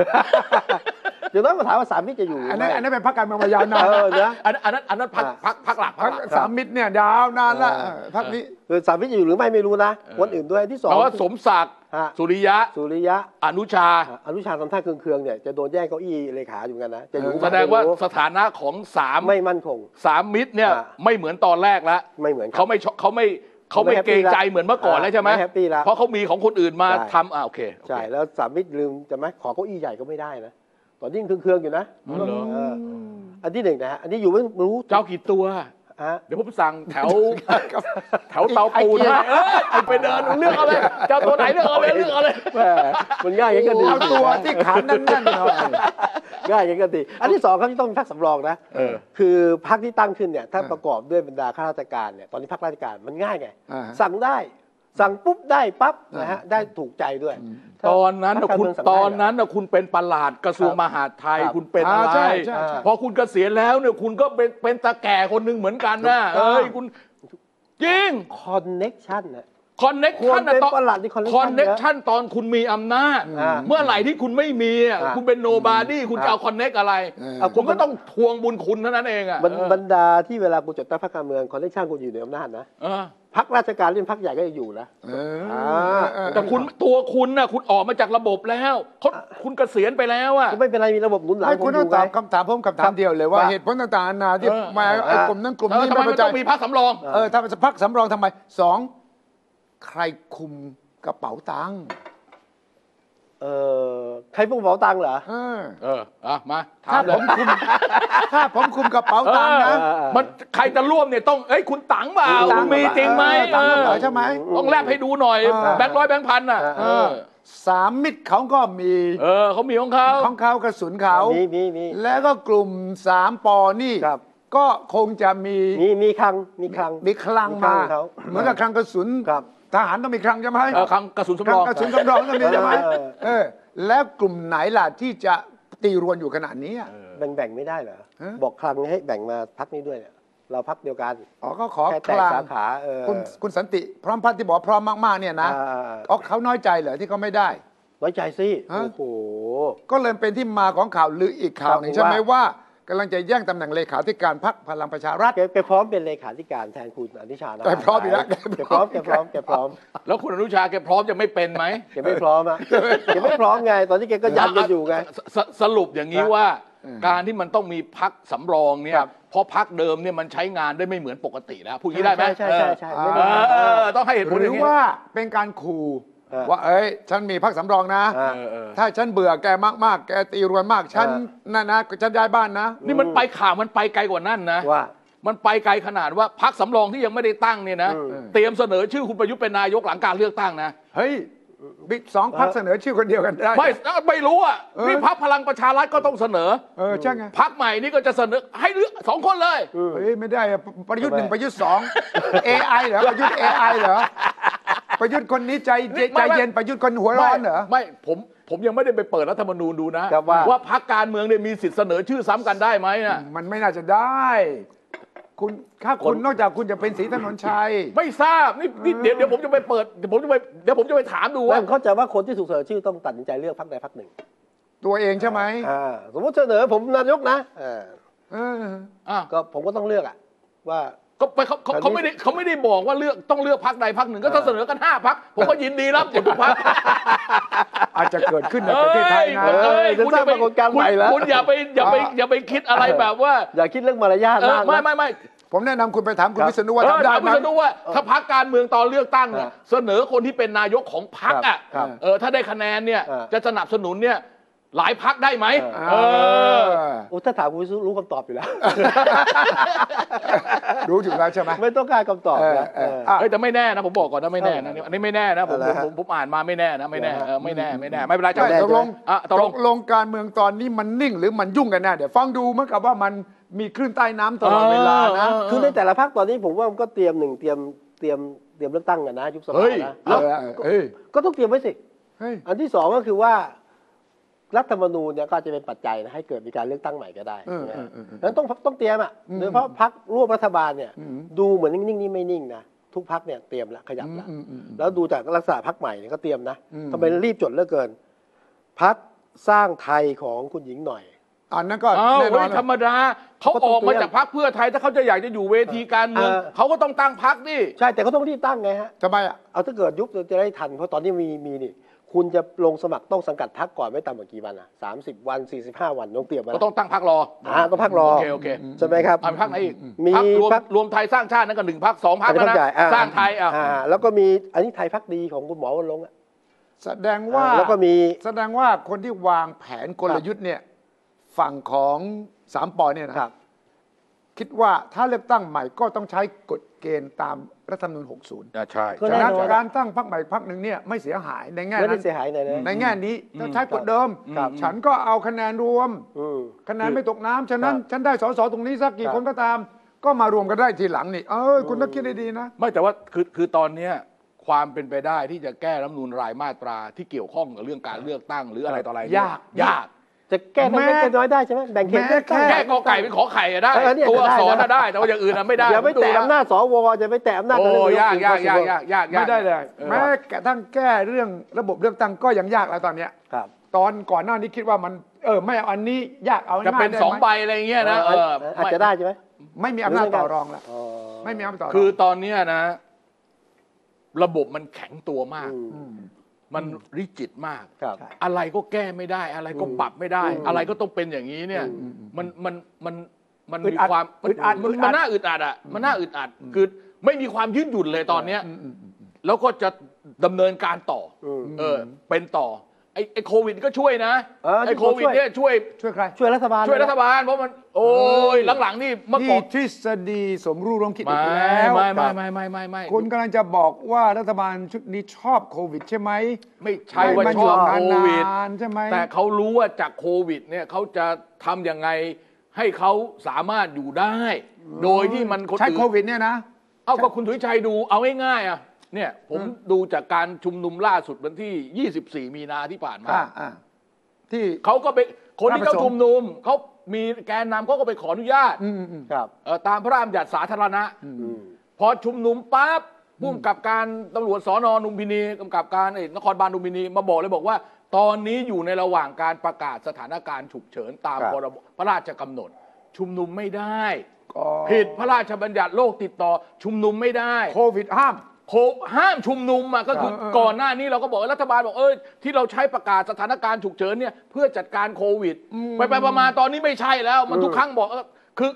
อย่างน้อยมาถามว่าสามมิตรจะอยู่ อันนั้น ไหม อันนั้นเป็นพรรคการเมืองมายาวนาน เออนะ อันอันนั้นอันนั้นพักพักพักหลัก พร พั ร ก ค หลัก สามมิตรเนี่ยยาวนานละเออพรรคนี้ คือสามมิตรจะอยู่หรือไม่ไม่รู้นะคนอื่นด้วยที่สอง แต่ว่าสมศักดิ์ ฮะ สุริยะ สุริยะ อนุชา อ่ะอนุชาทำท่าเคืองๆเนี่ยจะโดนแย่งเก้าอี้เลขาอยู่เหมือนกันนะจะอยู่ แสดงว่า ไม่รู้ สถานะของสาม ไม่มั่นคง สามมิตรเนี่ย ฮะ ไม่เหมือนตอนแรกแล้ว ไม่เหมือนครับ เขาไม่ชอบเขาไม่เขาไม่ ไม่ เกรงใจ happy ละ เหมือนเมื่อก่อนแล้วใช่ไหม ไม่ happy ละ เพราะเขามีของคนอื่นมา ใช่ ทำอ่าโอเคโอเค ใช่แล้วสามมิตรลืมจะไหมขอเก้าอี้ใหญ่ก็ไม่ได้นะตอนนี้ยังเคืองๆอยู่นะ อ๋อเหรอ เอออันที่หนึ่งนะฮะอันนี้อยู่ไม่รู้ เจ้ากี่ตัว ฮะ เดี๋ยวผมสั่งแถว แถวเตาปูนให้เออไปเดินเลือกเอาเลยเจ้าตัวไหนเลือกเอาเลยเลือกเอาเลย แหม่มันง่ายอย่างนี้ก็ดี เอาตัวที่ขาแน่นๆหน่อย ง่ายอย่างนี้ก็ดี อันที่สองครับที่ต้องมีพักสำรองนะ เออ คือพักที่ตั้งขึ้นเนี่ยถ้าประกอบด้วยบรรดาข้าราชการเนี่ยตอนนี้พักราชการมันง่ายไง อ่าฮะ สั่งได้ สั่งปุ๊บได้ปั๊บนะฮะได้ถูกใจด้วย ตอนนั้นน่ะ ถ้า คุณ พรรการเมืงตสั่งได้เหร อนนั้นน่ะคุณเป็นประหลาดกระทรวคงรับ มหาดไทย ครับ คุณเป็นอะไร อ่าใช่ใช่ใช่ พอคุณเกษียณแล้วเนี่ยคุณก็เป็นเป็นตาแก่คนหนึ่งเหมือนกันนะ ถูกต้อง เอ้ยคุณจริง คอนเน็กชันนะ คอนเน็ก คว ชั ร น เป็นประหลัดที่ connection คอนเน็กชันตอนคุณมีอำนาจ อ่า เมื่อไหร่ที่คุณไม่มีอ่ะ อ่า คุณเป็นโนบาดี้คุณ อ่า จะเอาคอนเน็กอะไร เออ เอาคุณ มั ก็ น ต้องทวงบุญคุณเท่านั้นเองอ่ะ บรร เออบ รรดาที่เวลากูจดตั้งพรรคการเมืองคอนเนคชั่นกูอยู่ในอำนาจนะ เออ พักราชการเล่นพักใหญ่ก็ยังอยู่นะ เออ อ่า เออ แต่คุณตัวคุณน่ะคุณออกมาจากระบบแล้วเขาคุณเกษียณไปแล้วอ่ะ ไม่เป็นไรมีระบบหนุนหลัง ให้คุณ ผ ต้อ ม ง ยู่ไง ตามคำถามผมคำถามเดียวเลยว่า ว่า เหตุผลต่างๆนานาที่ เออ มาไอ้ เออ กลุ่มนั้นกลุ่ม เออ นี้ ทำไมมัน ใจ ต้องมีพระสำรอง เออถ้าจะพักสำรองทำไมสองใครคุมกระเป๋าตังค์ เออใครพวกเป๋าตังค์เหรอ เออ เอออ่ะมาถา ถ้าม เล ผ ย มคุมถ้าผมคุมกระเป๋าตังค์นะ เออ มันใครจะร่วมเนี่ยต้องเอ้ยคุณตังเปล่า ตั คุ ง ณมีจริงไหม เออตังค์ เออ เหรอใช่ไหม ต้องแลบให้ดูหน่อย เออ แบงค์ร้อยแบงค์พันน่ะ เอ เออ สามมิตรเขาก็มี เออเขามีของเขา ของเขากระสุนเขา มีมีมี แล้วก็กลุ่มสามปอนี่ ครับ ก็คงจะมี มีมีคลังมีคลัง มีคลังคลัมางเขา เหมือนกับคลังกระสุน ครับ ทหารต้องมีคลังใช่ไหม เออคลังกระสุน ค สำรลัอง กระสุนสำรองต้องมีใช่ไหม เออ เออ แล้วกลุ่มไหนล่ะที่จะตีรวนอยู่ขนาดนี้อะ แบ่งแบ่งไม่ได้เหรอ ฮะ บอกคลังให้แบ่งมาพักนี้ด้วยเนี่ยเราพักเดียวกัน อ๋อก็ขอ แค่ ค แตก ลัง สาขาเออ คุณคุณสันติพร้อมพัฒน์ที่บอกพร้อมมากๆเนี่ยนะ อ่า อ๋อเขาน้อยใจเหรอที่เขาไม่ได้ ไว้ใจสิ ฮะ โอ้โห ก็เลยเป็นที่มาของข่าวลืออีกข่าวหนึ่ง ครับ ใช่ไหมว่ากำลังจะแย่งตำแหน่งเลขาธิการพรรคพลังประชารัฐ แกแกพร้อมเป็นเลขาธิการแทนคุณอนิชานะ แกพร้อมอยู่แล้ว แกพร้อมแกพร้อมแกพร้อม แล้วคุณอนุชาแกพร้อมจะไม่เป็นไหม แกไม่พร้อมอะแกไม่พร้อมไง ตอนนี้แกก็ยันกันอยู่ไง สสสรุปอย่างนี้ว่า การที่มันต้องมีพักสำรองเนี่ย ครับ เพราะพักเดิมเนี่ยมันใช้งานได้ไม่เหมือนปกติแล้วพูดอย่างนี้ได้ไหม ใช่ใช่ใช่ใช่ไม่ได้ เออเออเออต้องให้เหตุผลอหรือย่าง นี้ ว่าเป็นการขู่ เออ ว่าเอ้ย ฉันมีพักสำรองนะ เออ เออเออ ถ้าฉันเบื่อแกมากๆ แกตีรวนมาก ฉัน เออ นะนะฉันย้ายบ้านนะ นี่มันไปข่าวมันไปไกลกว่านั้นนะ ว่า มันไปไกลขนาดว่าพักสำรองที่ยังไม่ได้ตั้งเนี่ยนะ อืม เตรียมเสนอชื่อคุณประยุทธ์เป็นนายกหลังการเลือกตั้งนะ เฮ้ยบิ๊กสองพักเสนอชื่อคนเดียวกันได้ ไม่ไม่รู้อ่ะ เออ นี่พักพลังประชารัฐก็ต้องเสนอ เออใช่ไง พักใหม่นี่ก็จะเสนอให้เลือกสองคนเลย อืม เฮ้ยไม่ได้อะประยุทธ์หนึ่ง ทำไม ประยุทธ์สอง AI เหรอประยุทธ์ AI เหรอประยุทธ์คนนี้ใจเย็น ไม่ ใจ ไม่ เย็นประยุทธ์คนหัวร้อนเหรอ ไม่ผมผมยังไม่ได้ไปเปิดรัฐธรรมนูญดูนะครับ ว่า พักการเมืองเนี่ยมีสิทธิ์เสนอชื่อซ้ำกันได้ไหมนะ มันไม่น่าจะได้ คุณถ้าคุณนอกจากคุณจะเป็นสีถนนชัย ไม่ทราบนี่นี่เดี๋ยวเดี๋ยวผมจะไปเปิดเดี๋ยวผมจะไปเดี๋ยวผมจะไปถามดู แล้ว ว่า ผมเข้าใจว่าคนที่ถูกเสนอชื่อต้องตัดสินใจเลือกพรรคใดพรรคหนึ่ง ตัวเองใช่ไหม อ่าสมมติเสนอผมนายกนะเออ เออ อ่ะ ก็ผมก็ต้องเลือกอะว่า ก็ไปเขาเขาเขาไม่ได้เขาไม่ได้บอกว่าเลือกต้องเลือกพักใดพักหนึ่งก็ถ้าเสนอกันห้าพักผมก็ยินดีรับหมดทุกพัก อาจจะเกิดขึ้นในประเทศไทยนะ เอ้ เอ้ย เอ้ จะสร้างปรากฏการณ์ใหม่แล้ว คุณอย่าไปอย่าไปอย่าไปคิดอะไรแบบว่า อย่าคิดเรื่องมารยาท เออ มากนะไม่ไม่ไม่ ผมแนะนำคุณไปถามคุณ ครับ วิษณุว่า เออ ทำได้ ถามคุไหม ณสนุว่า ถ้าพักการเมืองตอนเลือกตั้งเนี่ย อ่ะ เสนอคนที่เป็นนายกของพักอ่ะ ครับ เออถ้าได้คะแนนเนี่ย อ่ะ จะสนับสนุนเนี่ยหลายพักได้ไหม อ่ะ เออ โอ้ถ้าถามคุณวิศนุรู้คำตอบอยู่แล้ว รู้อยู่แล้วใช่ไหม ไม่ต้องการคำตอบ เออ นะ เออ เออ อ่ะ เอ้ยแต่ไม่แน่นะผมบอกก่อนนะไม่แน่นะอันนี้ไม่แน่นะผม อะไรฮะ ผมผมอ่านมาไม่แน่นะไม่แน่เออไม่แน่ไม่แน่ไม่เป็นไรจ้ะ ไม่แน่ ตกลง อ่ะตกลตง กลงการเมืองตอนนี้มันนิ่งหรือมันยุ่งกันแน่เดี๋ยวฟังดูเหมื่อนกับว่ามันมีคลื่นใต้น้ำตลอดเวลานะ เออ คือในแต่ละภาคตอนนี้ผมว่ามันก็เตรียมหนึ่งเตรียมเตรียมเตรียมเลือกตั้งกันนะยุบสภา เฮ้ย นะ เออเฮ้ย ก็ต้องเตรียมไว้สิ เฮ้ย อันที่สองก็คือว่ารัฐธรรมนูญเนี่ยก็อาจจะเป็นปัจจัยนะให้เกิดมีการเลือกตั้งใหม่ก็ได้ เออเอ นะ อเออ นั้นต้องต้องเตรียมอ่ะโดยเฉพาะพักร่วมรัฐบาลเนี่ย อืม ดูเหมือนนิ่งๆนี่ไม่นิ่งนะทุกพักเนี่ยเตรียมละขยับละ อืมอืมอืม แล้วดูจากลักษณะพักใหม่เนี่ยก็เตรียมนะ อืม ทำไมรีบจดเหลือเกินพักสร้างไทยของคุณหญิงหน่อย อันนั้นก็ เอ้าว แน่น เฮ้ อย น ธรรมดาเขา ก็ต้ อ อง อกมา เตรียม จากพรรคเพื่อไทยถ้าเขาจะอยากจะอยู่เวทีการเมือง เออ เขาก็ต้องตั้งพรรคดิ ใช่แต่ก็ต้องรีบตั้งไงฮะ ทำไมอ่ะ เอาถ้าเกิดยุบจะได้ทัน เพราะตอนนี้มีมีนี่ คุณจะลงสมัครต้องสังกัดพักก่อนไม่ต่ำกว่ากี่วันอ่ะสามสิบวันสี่สิบห้าวันต้องเตรียมมา ก็ต้องตั้งพรรครอ อ่าต้องพักรอ โอเคโอเค ใช่ไหมครับ อ่ะมีพักไหนอีก มี พัพรรกรวมค รวมไทยสร้างชาตินั่นก็หนึ่งพักสองพัก อันนี้ แล้พัวนะ ใหญ่อ่ สร้างไทยอ่ะ อ่าแล้วก็มีอันนี้ไทยพักดีของคุณหมอวันลงค์อ่ะ แสดงว่า อ่าแล้วก็มี แสดงว่าคนที่วางแผนกลยุทธ์เนี่ยฝั่งของสามปอเนี่ยนะครับ คิดว่าถ้าเลือกตั้งใหม่ก็ต้องใช้กฎเกณฑ์ตามรัฐธรรมนูญ 60 อ่ะใช่ ก็ ฉะ แน่ นั้น นอน การตั้งพรรคใหม่พรรคหนึ่งเนี่ยไม่เสียหายในแง่ ไม่ได้ นั้น เสียหายเลยนะ ในแง่นี้ต้องใช้กฎเดิม ครับ ฉันก็เอาคะแนนรวม อืม คะแนนไม่ตกน้ำฉะนั้น ครับ ฉันได้สสตรงนี้สักกี่ ครับ คนก็ตาม ก็มารวมกันได้ทีหลังนี่ เออคุณต้องคิดให้ดีนะ ไม่แต่ว่าคือคือตอนเนี้ยความเป็นไปได้ที่จะแก้รัฐธรรมนูลรายมาตราที่เกี่ยวข้องกับเรื่องการเลือกตั้งหรืออะไรต่ออะไรเนี่ย ยาก ยาก จะแก้ได้เล็กได้น้อยได้ใช่ไหมแบ่งเขตเลือกตั้ง แค่กอไก่เป็นขอไข่อะได้ เออเนี่ย ตัวอักษร ได้ได้อะได้ แต่ว่าอย่างอื่นอะไม่ได้ อย่าไป ผดู แตะอำนาจสวอย่าไปแตะอำนาจ โอ้ยากยากยากยากยาก ไม่ได้เลย ออ แม้กระทั่งแก้เรื่องระบบเลือกตั้งก็ยังยากแล้วตอนเนี้ย ครับ ตอนก่อนหน้านี้คิดว่ามันเออไม่เอาอันนี้ยากเอาอั จะเป็น ง่ายได้ สอง ไหม ใบอะไรเงี้ยนะเออ อาจจะได้ใช่ไหม ไม่มีอำนาจต่อรองแล้ว อ๋อ ไม่มีอำนาจต่อรอง คือตอนเนี้ยนะ ระบบมันแข็งตัวมาก อืม อืม มันริจิตมาก ครับ อะไรก็แก้ไม่ได้ อะไรก็ อืม ปรับไม่ได้ อืม อะไรก็ต้องเป็นอย่างนี้เนี่ย อืม มันมันมันมัน อึด มี อัด ความ อึดอัด มัน อึดอัด มันน่าอึดอัดอ่ะมันน่าอึดอัดคือไม่มีความยืดหยุ่นเลยตอนเนี้ย อืมอืม แล้วก็จะดำเนินการต่ออ ม เออ เป็นต่อไอ้ไอ้โควิดก็ช่วยนะ เออ ไอ้โควิดเนี่ยช่วย ช่วยใคร ช่วยรัฐบาล ช่วยรัฐบาลเพราะมัน โอ้ยหลังๆนี่เมื่อก่ ที่ อน ทฤษฎีสมรู้ร่วมคิดอี ไม่ กแล้ว ไม่ไม่ ครับ ไม่ไม่ไม่ไม่ คุณกำลังจะบอกว่ารัฐบาลชุดนี้ชอบโควิดใช่ไหม ไม่ใช่ว่า ให้มัน ชอบ ยู่นานๆ โควิด ใช่ไหม แต่เขารู้ว่าจากโควิดเนี่ยเขาจะทำยังไงให้เขาสามารถอยู่ได้ โดยที่มันคน ใช้ อื่ โคน วิดเนี่ยนะ เอาก็คุณถุยชัยดูเอาง่ายๆอ่ะเนี่ยผมดูจากการชุมนุมล่าสุดวันที่ 24 มีนาที่ผ่านมา อ่าอ่าที่ เขาก็ไปคนที่ ราชประ เขา สงค์ ชุมนุมเขามีแกนนำเขาก็ไปขออนุญาต อืมอืมอืม ครับ เอ่อตามพระราชบัญญัติสาธารณะ อืม พอชุมนุมปั๊บพุ่มกับการตำรวจสอนอนุมพินีกำกับการเอ่อนครบาลนุมพินีมาบอกเลยบอกว่า ตอนนี้อยู่ในระหว่างการประกาศสถานการณ์ฉุกเฉินตาม ครับ พรบพระราชกำหนด ชุมนุมไม่ได้ ก็ ผิดพระราชบัญญัติโรคติดต่อ ชุมนุมไม่ได้ โควิดห้าม โคห้ามชุมนุมอะก็คือ เออเออ ก่อนหน้านี้เราก็บอกว่ารัฐบาลบอกเออที่เราใช้ประกาศสถานการณ์ฉุกเฉินเนี่ยเพื่อจัดการโควิด ไปไปประมาณตอนนี้ไม่ใช่แล้ว มันทุกครั้งบอกเออคือ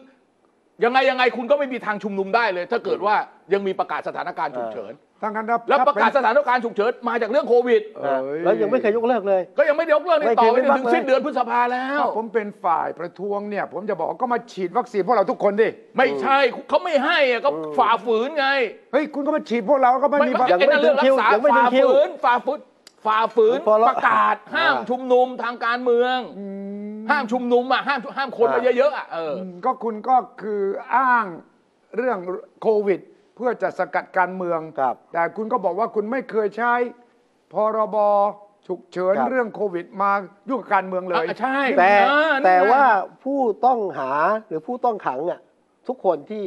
ยังไงยังไงคุณก็ไม่มีทางชุมนุมได้เลย ถ้าเกิดว่ายังมีประกาศสถานการณ์ฉุกเฉิน ทั้งนั้นถ้า แล้วประกาศส ถ้เน ถานการณ์ฉุกเฉินมาจากเรื่องโควิด เอ้ แล้วยังไม่เคยยกเลิกเลย ก็ยังไม่ได้ยกเลิกนี่ ไม่ ต่ เคย อไปจน ไม่ ถึ บั ง งเลย สิ้นเดือนพฤษภาแล้ ถ้าว ผมเป็นฝ่ายประท้วงเนี่ย ผมจะบอกก็มาฉีดวัคซีนพวกเราทุกคนดิ ไม่ใช่เขาไม่ให้อะก็ฝ่าฝืนไง เฮ้ย คุณก็มาฉีดพวกเราก็ไม่ ไม่ มี ไม่ ปัญหา ยัง ไอ้ ไม่ นั่นเรื่องรั ถึงคิ ก ว ษา ยังไม่ถึ ฝ่าง คิว ฝืนฝ่าฝืนฝ่าฝืน พอแล้ว ประกาศห้าม อ่า ชุมนุมทางการเมือง ห้ามชุมนุมอ่ะห้ามห้ามคนมาเยอะๆอ่ะเอออ ก็คุณก็คืออ้างเรื่องโควิด เพื่อจะสกัดการเมือง ครับ แต่คุณก็บอกว่าคุณไม่เคยใช้ พรบฉุกเฉิน ครับ เรื่องโควิดมายุ่งกับการเมืองเลย อ่ะใช่ แต่ เออนั่นไง แต่ว่าผู้ต้องหาหรือผู้ต้องขังอ่ะทุกคนที่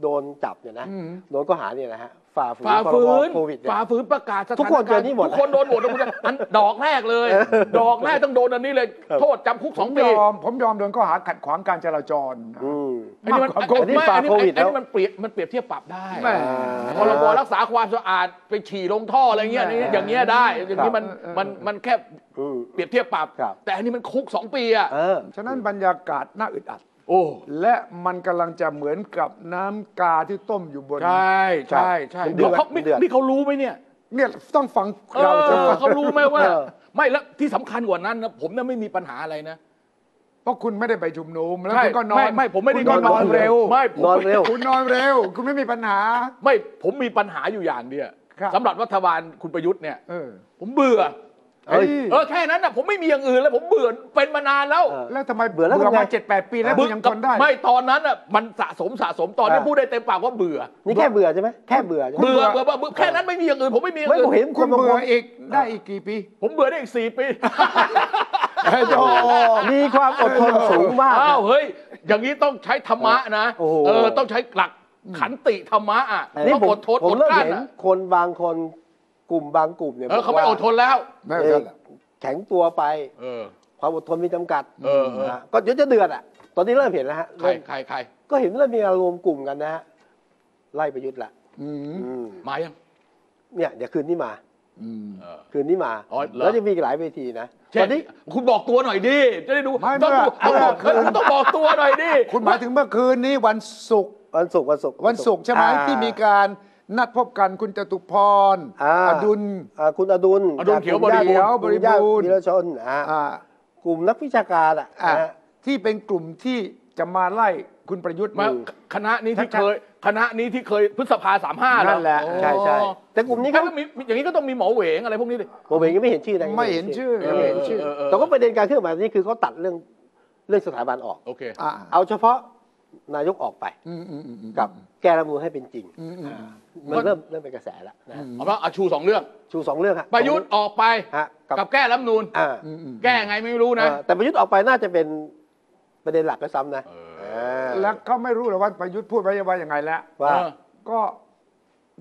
โดนจับเนี่ยนะโดนก็หาเนี่ยนะฮะฝ่าฝืน ฝ่า พร ฝื บ น โควิดเนี่ย ฝ่าฝืนประกาศสถาน ทุกคนเจ กา อ รณ์ นี่หมด ทุกคนโดนหมดนะคุณอันดอกแรกเลย ดอกแรกต้องโดนอันนี้เลย ครับ โทษจำคุกส ผ อง ม ปี ยอม ผมยอมโดนข้อหาขัดขวางการจราจร อืม อันนี้มัน มากกว่า อันนี้ไม่ โควิด อันฝ่าโควิดนี้อันนี้ แล้ว มันเปรียบมันเปรียบเทียบปรับได้ แหม่ พรบรักษาความสะอาดไปฉี่ลงท่ออะไรเงี้ยนี่อย่างเงี้ยได้อย่างนี้มัน ครับ มันมันแค่ อืม เปรียบเทียบปรับ ครับ แต่อันนี้มันคุกสองปีอ่ะ เออ ฉะนั้นบรรยากาศน่าอึดอัด โอ้ และมันกำลังจะเหมือนกับน้ำกาที่ต้มอยู่บน ใช่ใช่ใช่ ครับ แล้วเขาไม่ เดือด นี่เขารู้ไหมเนี่ย เนี่ยต้องฟัง เอ เราจะ อ ฟัง เขารู้ไหมว่า เออ ไม่แล้วที่สำคัญกว่านั้นนะผมเนี่ยไม่มีปัญหาอะไรนะ เพราะคุณไม่ได้ไปชุมนุมแล้ว ใช่ คุณก็นอน ไม่ไม่ผมไม่ได้ คุณก็นอนเร็ว ไม่ผม นอนเร็ว คุณนอนเร็ว คุณไม่มีปัญหา ไม่ผมมีปัญหาอยู่อย่างเดียว ครับ สำหรับรัฐบาลคุณประยุทธ์เนี่ย เออ ผมเบื่อ เอ้ย เออแค่นั้นนะผมไม่มีอย่างอื่นแล้วผมเบื่อเป็นมานานแล้ว เออ แล้วทำไม เบื่อแล้วทำไง มาเจ็ดแปดปีแล้วคุณยังทนได้ ไม่ตอนนั้นอ่ะมันสะสมสะสมตอนนี้ เออ พูดได้เต็มปากว่าเบื่อ นี่แค่เบื่อใช่ไหมแค่เบื่อใช่ไหม เบื่อเบื่อเบื่อเบื่อแค่นั้นไม่มีอย่างอื่นผมไม่มีอย่าง ไม่ผ อื่ มเห็ น นค คุ น ณ บาง เบื่ ค อน อีกได้อีกกี่ปี ผมเบื่อได้อีกสี่ปี โอ้โห มีความอดทนสูงมาก อ้าวเฮ้ย อย่างนี้ต้องใช้ธรรมะนะ โอ้โห เออต้องใช้หลักขันติธรรมะอ่ะ นี่ ต้อง ผม อดทน ผ อ ม ด เริ่ม กลั้น เห็น อะ คนบางคนกลุ่มบางกลุ่มเนี่ย เออเขาไม่ บก อ ว่ ดทนแล้ว ไม่ เอ ใช่ อแข็งตัวไป เออ ความอดทนมีจำกัด เออเออ นะฮะก็เดี๋ยวจะเดือดอ่ะ ตอนนี้เริ่มเห็นแล้วฮะ ใคร เริ่ม ใครใคร ก็เห็นเริ่มมีการรวมกลุ่มกันนะฮะไล่ประยุทธ์ละอืม มายัง เนี่ยเดี๋ยวคืนนี้มา เออ คืนนี้มา อ๋อเหรอ แล้วจะมีอีกหลายเวทีนะ เช่ ตอน นนี้ คุณบอกตัวหน่อยดิจะได้ดู ไม่ ต้อง เมื่อ ต้องบอก เมื่อคืน คุณต้องบอกตัวหน่อยดิ คุณหมายถึงเมื่อคืนนี้วันศุกร์ วันศุกร์วันศุกร์ วันศุกร์ใช่ไหม อ่า ที่มีการนัดพบกันคุณจตุพร อ่า อดุล อ่าคุณอดุล อดุลเขียวบริบูร เขียว ณ์ บริบูรณ์ คุณย่าวีรชนอ่า อ่าก ลุ่มนักวิชาการอ่ะ อ่า นะฮะ ที่เป็นกลุ่มที่จะมาไล่คุณประยุทธ์ มาคณะนี้ที่ ชัดๆ เคย คณะนี้ที่เคยพฤษภาสามห้า นั่นแหละใช่ใช่แต่กลุ่มนี้ นี่ เขา ก็มีอย่างนี้ก็ต้องมีหมอเหวงอะไรพวกนี้ดิ ผมเองยังไม่เห็นชื่อนะ ไม่เห็นชื่อ ยังไม่เห็นชื่อ เออเออเออ แต่ก็ประเด็นการเคลื่อนไหวนี่คือเขาตัดเรื่องเรื่องสถาบันออก โอเค อ่า เอาเฉพาะ นายกออกไป อืมอืมอืมอืม กับแก้รัฐธรรมนูญให้เป็นจริง อืมอืมอืม มันเริ่มเริ่มเป็นกระแสแล้วนะฮะ เอาละเอาชูสองเรื่อง ชูสองเรื่องฮะ ประยุทธ์ออกไป ฮะกับ กับแก้รัฐธรรมนูน อ่า อืมอืม แก้ไงไม่รู้นะ เออแต่ประยุทธ์ออกไปน่าจะเป็นประเด็นหลักก็ซ้ำนะ เอ า แล้วก็ไม่รู้หรอกว่าประยุทธ์พูดไว้ว่าอย่างไงแล้ว ว่า เออ ก็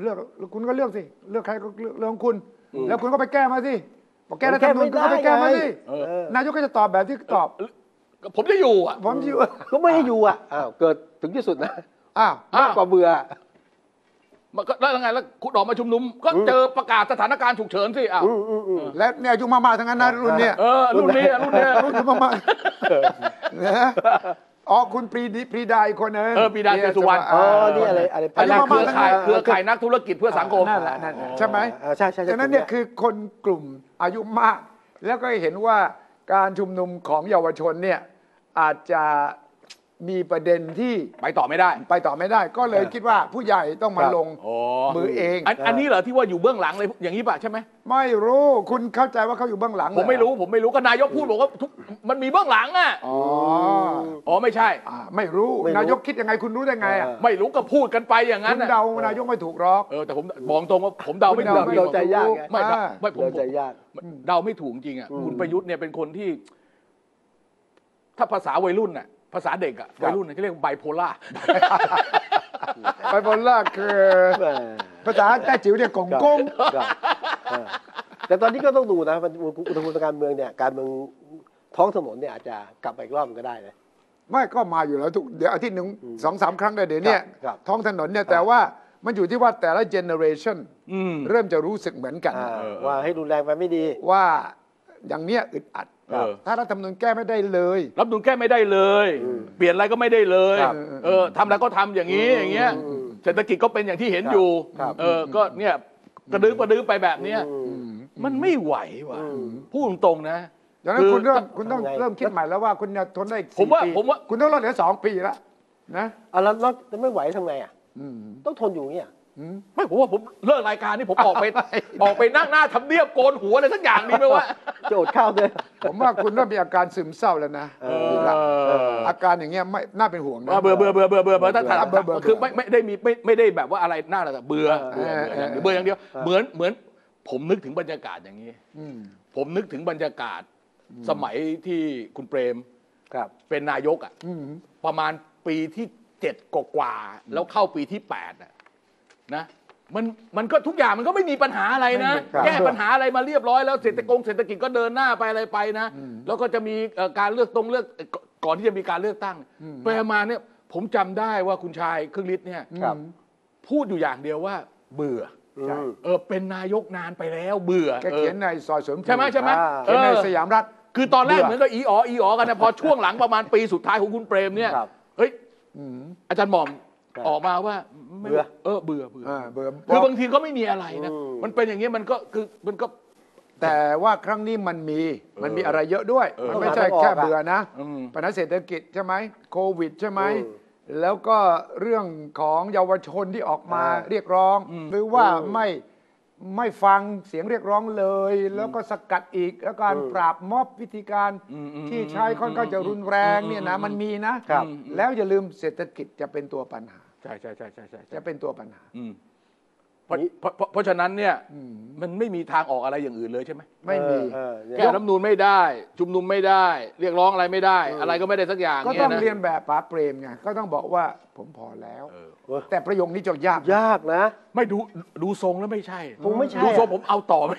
เลือกคุณก็เลือกสิ เลือกใครก็เลือกเรื่องของคุณ อืม แล้วคุณก็ไปแก้มาสิบอกแก้รัฐธรรมนูผญม คุณ แก้ ก็ ไม่ ไปแก้มา ได้ สิ เออ นายกก็จะตอบแบบที่ตอบ ก็ผมจะอยู่อ่ะ ผมอยู่ ก็ไม่ให้อยู่อ่ะอ้าวเกิดถึงที่สุดนะ อ้าว อ้าว มากกว่าเบื่อ มันก็แล้วยังไงแล้วคุณออกมาชุมนุม ก็ อืม เจอประกาศสถานการณ์ฉุกเฉินสิอ้าว อืมอืมอืม และเนี่ยอายุมากๆทั้งนั้นนะรุ่นเนี่ย เออรุ่นนี้ รุ่นนี้ รุ่นอายุมากๆนะอ๋อคุณปรีดีปรีดาอีกคนนึง เออปีดาเจสุวรรณ อ๋อนี่อะไรอะไร อันนั้นเครือข่าย เออ เครือข่ายนักธุรกิจเพื่อสังคม นั่นแหละนั่นแหละใช่ไหม อ่าใช่ใช่ใช่ ดังนั้นเนี่ย ถูก คือคนกลุ่มอายุมาก แล้วก็เห็นว่าการชุมนุมของเยาวชนเนี่ยอาจจะมีประเด็นที่ ไปต่อไม่ได้ ไปต่อไม่ได้ ก็เลยคิดว่าผู้ใหญ่ต้องมาลง อ๋อ มือเอง นอันนี้เหรอที่ว่าอยู่เบื้องหลังเลยอย่างนี้ป่ะใช่ไหม ไม่รู้คุณเข้าใจว่าเขาอยู่เบื้องหลังเห ผมไม่รู้ผมไม่รู้ก็นายกพูดบอกว่าทุกมันมีเบื้องหลังอ่ะ อ๋อ อ๋อไม่ใช่ อ่าไม่รู้ ไม่รู้ นายกคิดยังไงคุณรู้ได้ไงอ่ะ เออ ไม่รู้ก็พูดกันไปอย่างนั้ คุ น ณ น่ะ เดานายกไม่ถูกหรอก เออแต่ผมบอกตรงว่าผมเดาไม่ คุ ถู ณ ก เดา เราใจยากไง ไม่ อ่า ไม่ผม เราใจยาก เดาไม่ถูกจริงอ่ะ อืม คุณประยุทธ์เนี่ยเป็นคนที่ ถ้าภาษาวัยรุ่นน่ะภาษาเด็กอ่ะ ครับ วัยรุ่นน่ะเขาเรียกไบโพล่า ไปบนล่างคือ แหม ภาษาแต้จิ๋วเนี่ยกงกง ครับเออแต่ตอนนี้ก็ต้องดูนะมันอุณหภูมิทางการเมืองเนี่ยการเมืองท้องถนนเนี่ยอาจจะกลับไปอีกรอบก็ได้นะ ไม่ก็มาอยู่แล้วทุกเดี๋ยวอาทิตย์หนึ่งสองสามครั้งเลยเดี๋ยวเนี่ย ครับครับ ท้องถนนเนี่ยแต่ว่ามันอยู่ที่ว่าแต่ละเจเนอเรชัน อืม เริ่มจะรู้สึกเหมือนกัน าว่าให้รุนแรงไปไม่ดี ว่าอย่างเนี้ยอึดอัด เออ ถ้ารัฐธรรมนูญแก้ไม่ได้เลย รับนูนแก้ไม่ได้เลย เปลี่ยนอะไรก็ไม่ได้เลย ครับ เออทำอะไรก็ทำอย่างนี้อย่างเงี้ย อืม เศรษฐกิจก็เป็นอย่างที่เห็น ครับ อยู่ ครับ เออก็เนี่ยกระดึ๊บกระดึ๊บไปแบบเนี้ยมันไม่ไหวว่ะ อืม พูดตรงๆนะ ดังนั้น อ คุณเริ่มคุณต้อง ทำไง เริ่มคิดใหม่แล้วว่าคุณจะทนได้อีก ผม สี่ ว่า ปี ผมว่า คุณต้องรอดเหลือสองปีละนะ เอาแล้วแล้วแล้วไม่ไหวทำไงอ่ะ อืม ต้องทนอยู่อย่างเนี่ย อืม ไม่ผมว่าผมเลิกรายการนี่ผมออก ไป ออกไปนั่งหน้าทำเนียบโกนหัวอะไรสักอย่างดีไหมวะ จะอดข้าวด้วย ผมว่าคุณเริ่มมีอาการซึมเศร้าแล้วนะ เอ เออ อาการอย่างเงี้ยไม่น่าเป็นห่วงนะ เบื่อเบื่อเบื่อเบื่อเบื่อเบื่อถ้าถาม เบื่อเบื่อเบื่อ คือไม่ไม่ได้มีไม่ไม่ได้แบบว่าอะไรน่าแต่เบื่อเบื่อเบื่ออย่างเดียวเบื่ออย่างเดียวเหมือนเหมือน ผมนึกถึงบรรยากาศอย่างนี้ ม ผมนึกถึงบรรยากาศสมัยที่คุณเปรม ครับ เป็นนายกอ่ะ อืม ประมาณปีที่เจ็ดกว่าๆแล้วเข้าปีที่แปดอ่ะนะมันมันก็ทุกอย่างมันก็ไม่มีปัญหาอะไรนะ ครับ แก้ปัญหาอะไรมาเรียบร้อยแล้วเศรษฐกงเศรษฐกิจก็เดินหน้าไปอะไรไปนะ แล้วก็จะมีเอ่อการเลือกตรงเลือกเอ่อก่อนก่อนที่จะมีการเลือกตั้งไปมาเนี่ยผมจำได้ว่าคุณชายครึ่งฤทธิ์เนี่ย ครับ พูดอยู่อย่างเดียวว่า เบื่อ อืม เออเป็นนายกนานไปแล้วเบื่อ แก เออ เขียนในซอยสวนพลู ใช่ไหมใช่ไหม อ่า เอ เขียนใน อ สยามรัฐ คือตอนแรก เบื่อ เหมือนก็อีอ๋ออีอ๋อกันนะพอช่วงหลังประมาณปีสุดท้ายของคุณเปรมเนี่ย ครับ เฮ้ย อืม อาจารย์หม่อม ครับ ออกมาว่าไม่ เบื่อ เออเบื่อเบื่อ อ่าเบื่อ คือบางทีก็ไม่มีอะไรนะ อืม มันเป็นอย่างเงี้ยมันก็คือมันก็ แต่ว่าครั้งนี้มันมีมันมีอะไรเยอะด้วย เออ มันไม่ใช่แค่เบื่อนะ อืม ปัญหาเศรษฐกิจใช่ไหมโควิดใช่ไหม อืม แล้วก็เรื่องของเยาวชนที่ออกมา อ่า เรียกร้อง อืม หรือว่า อืม ไม่ไม่ฟังเสียงเรียกร้องเลย แล้วก็สกัดอีก แล้วการ อืม ปราบม็อบวิธีการ อืมอืม ที่ใช้ค่อนข้างจะรุนแรงเนี่ยนะมันมีนะครับ แล้วอย่าลืมเศรษฐกิจจะเป็นตัวปัญหา ใช่ใช่ใช่ใช่ใช่ใช่ จะเป็นตัวปัญหา อืมเพราะเพราะเพราะเพราะฉะนั้นเนี่ยมันไม่มีทางออกอะไรอย่างอื่นเลยใช่ไหม ไม่มี เออเออ แก้รัฐธรรมนูนไม่ได้ ชุมนุมไม่ได้ เรียกร้องอะไรไม่ได้ อะไรก็ไม่ได้สักอย่าง ก็ เนี่ ต้อย ง นะ เรียนแบบป๋าเปรมไงก็ต้องบอกว่าผมพอแล้ว เออ แต่ประโยคนี้จะยาก ยากนะ ไม่ดูดูทรงแล้วไม่ใช่ คงไม่ใช่ ดูทรง อะ ผมเอาต่อไหม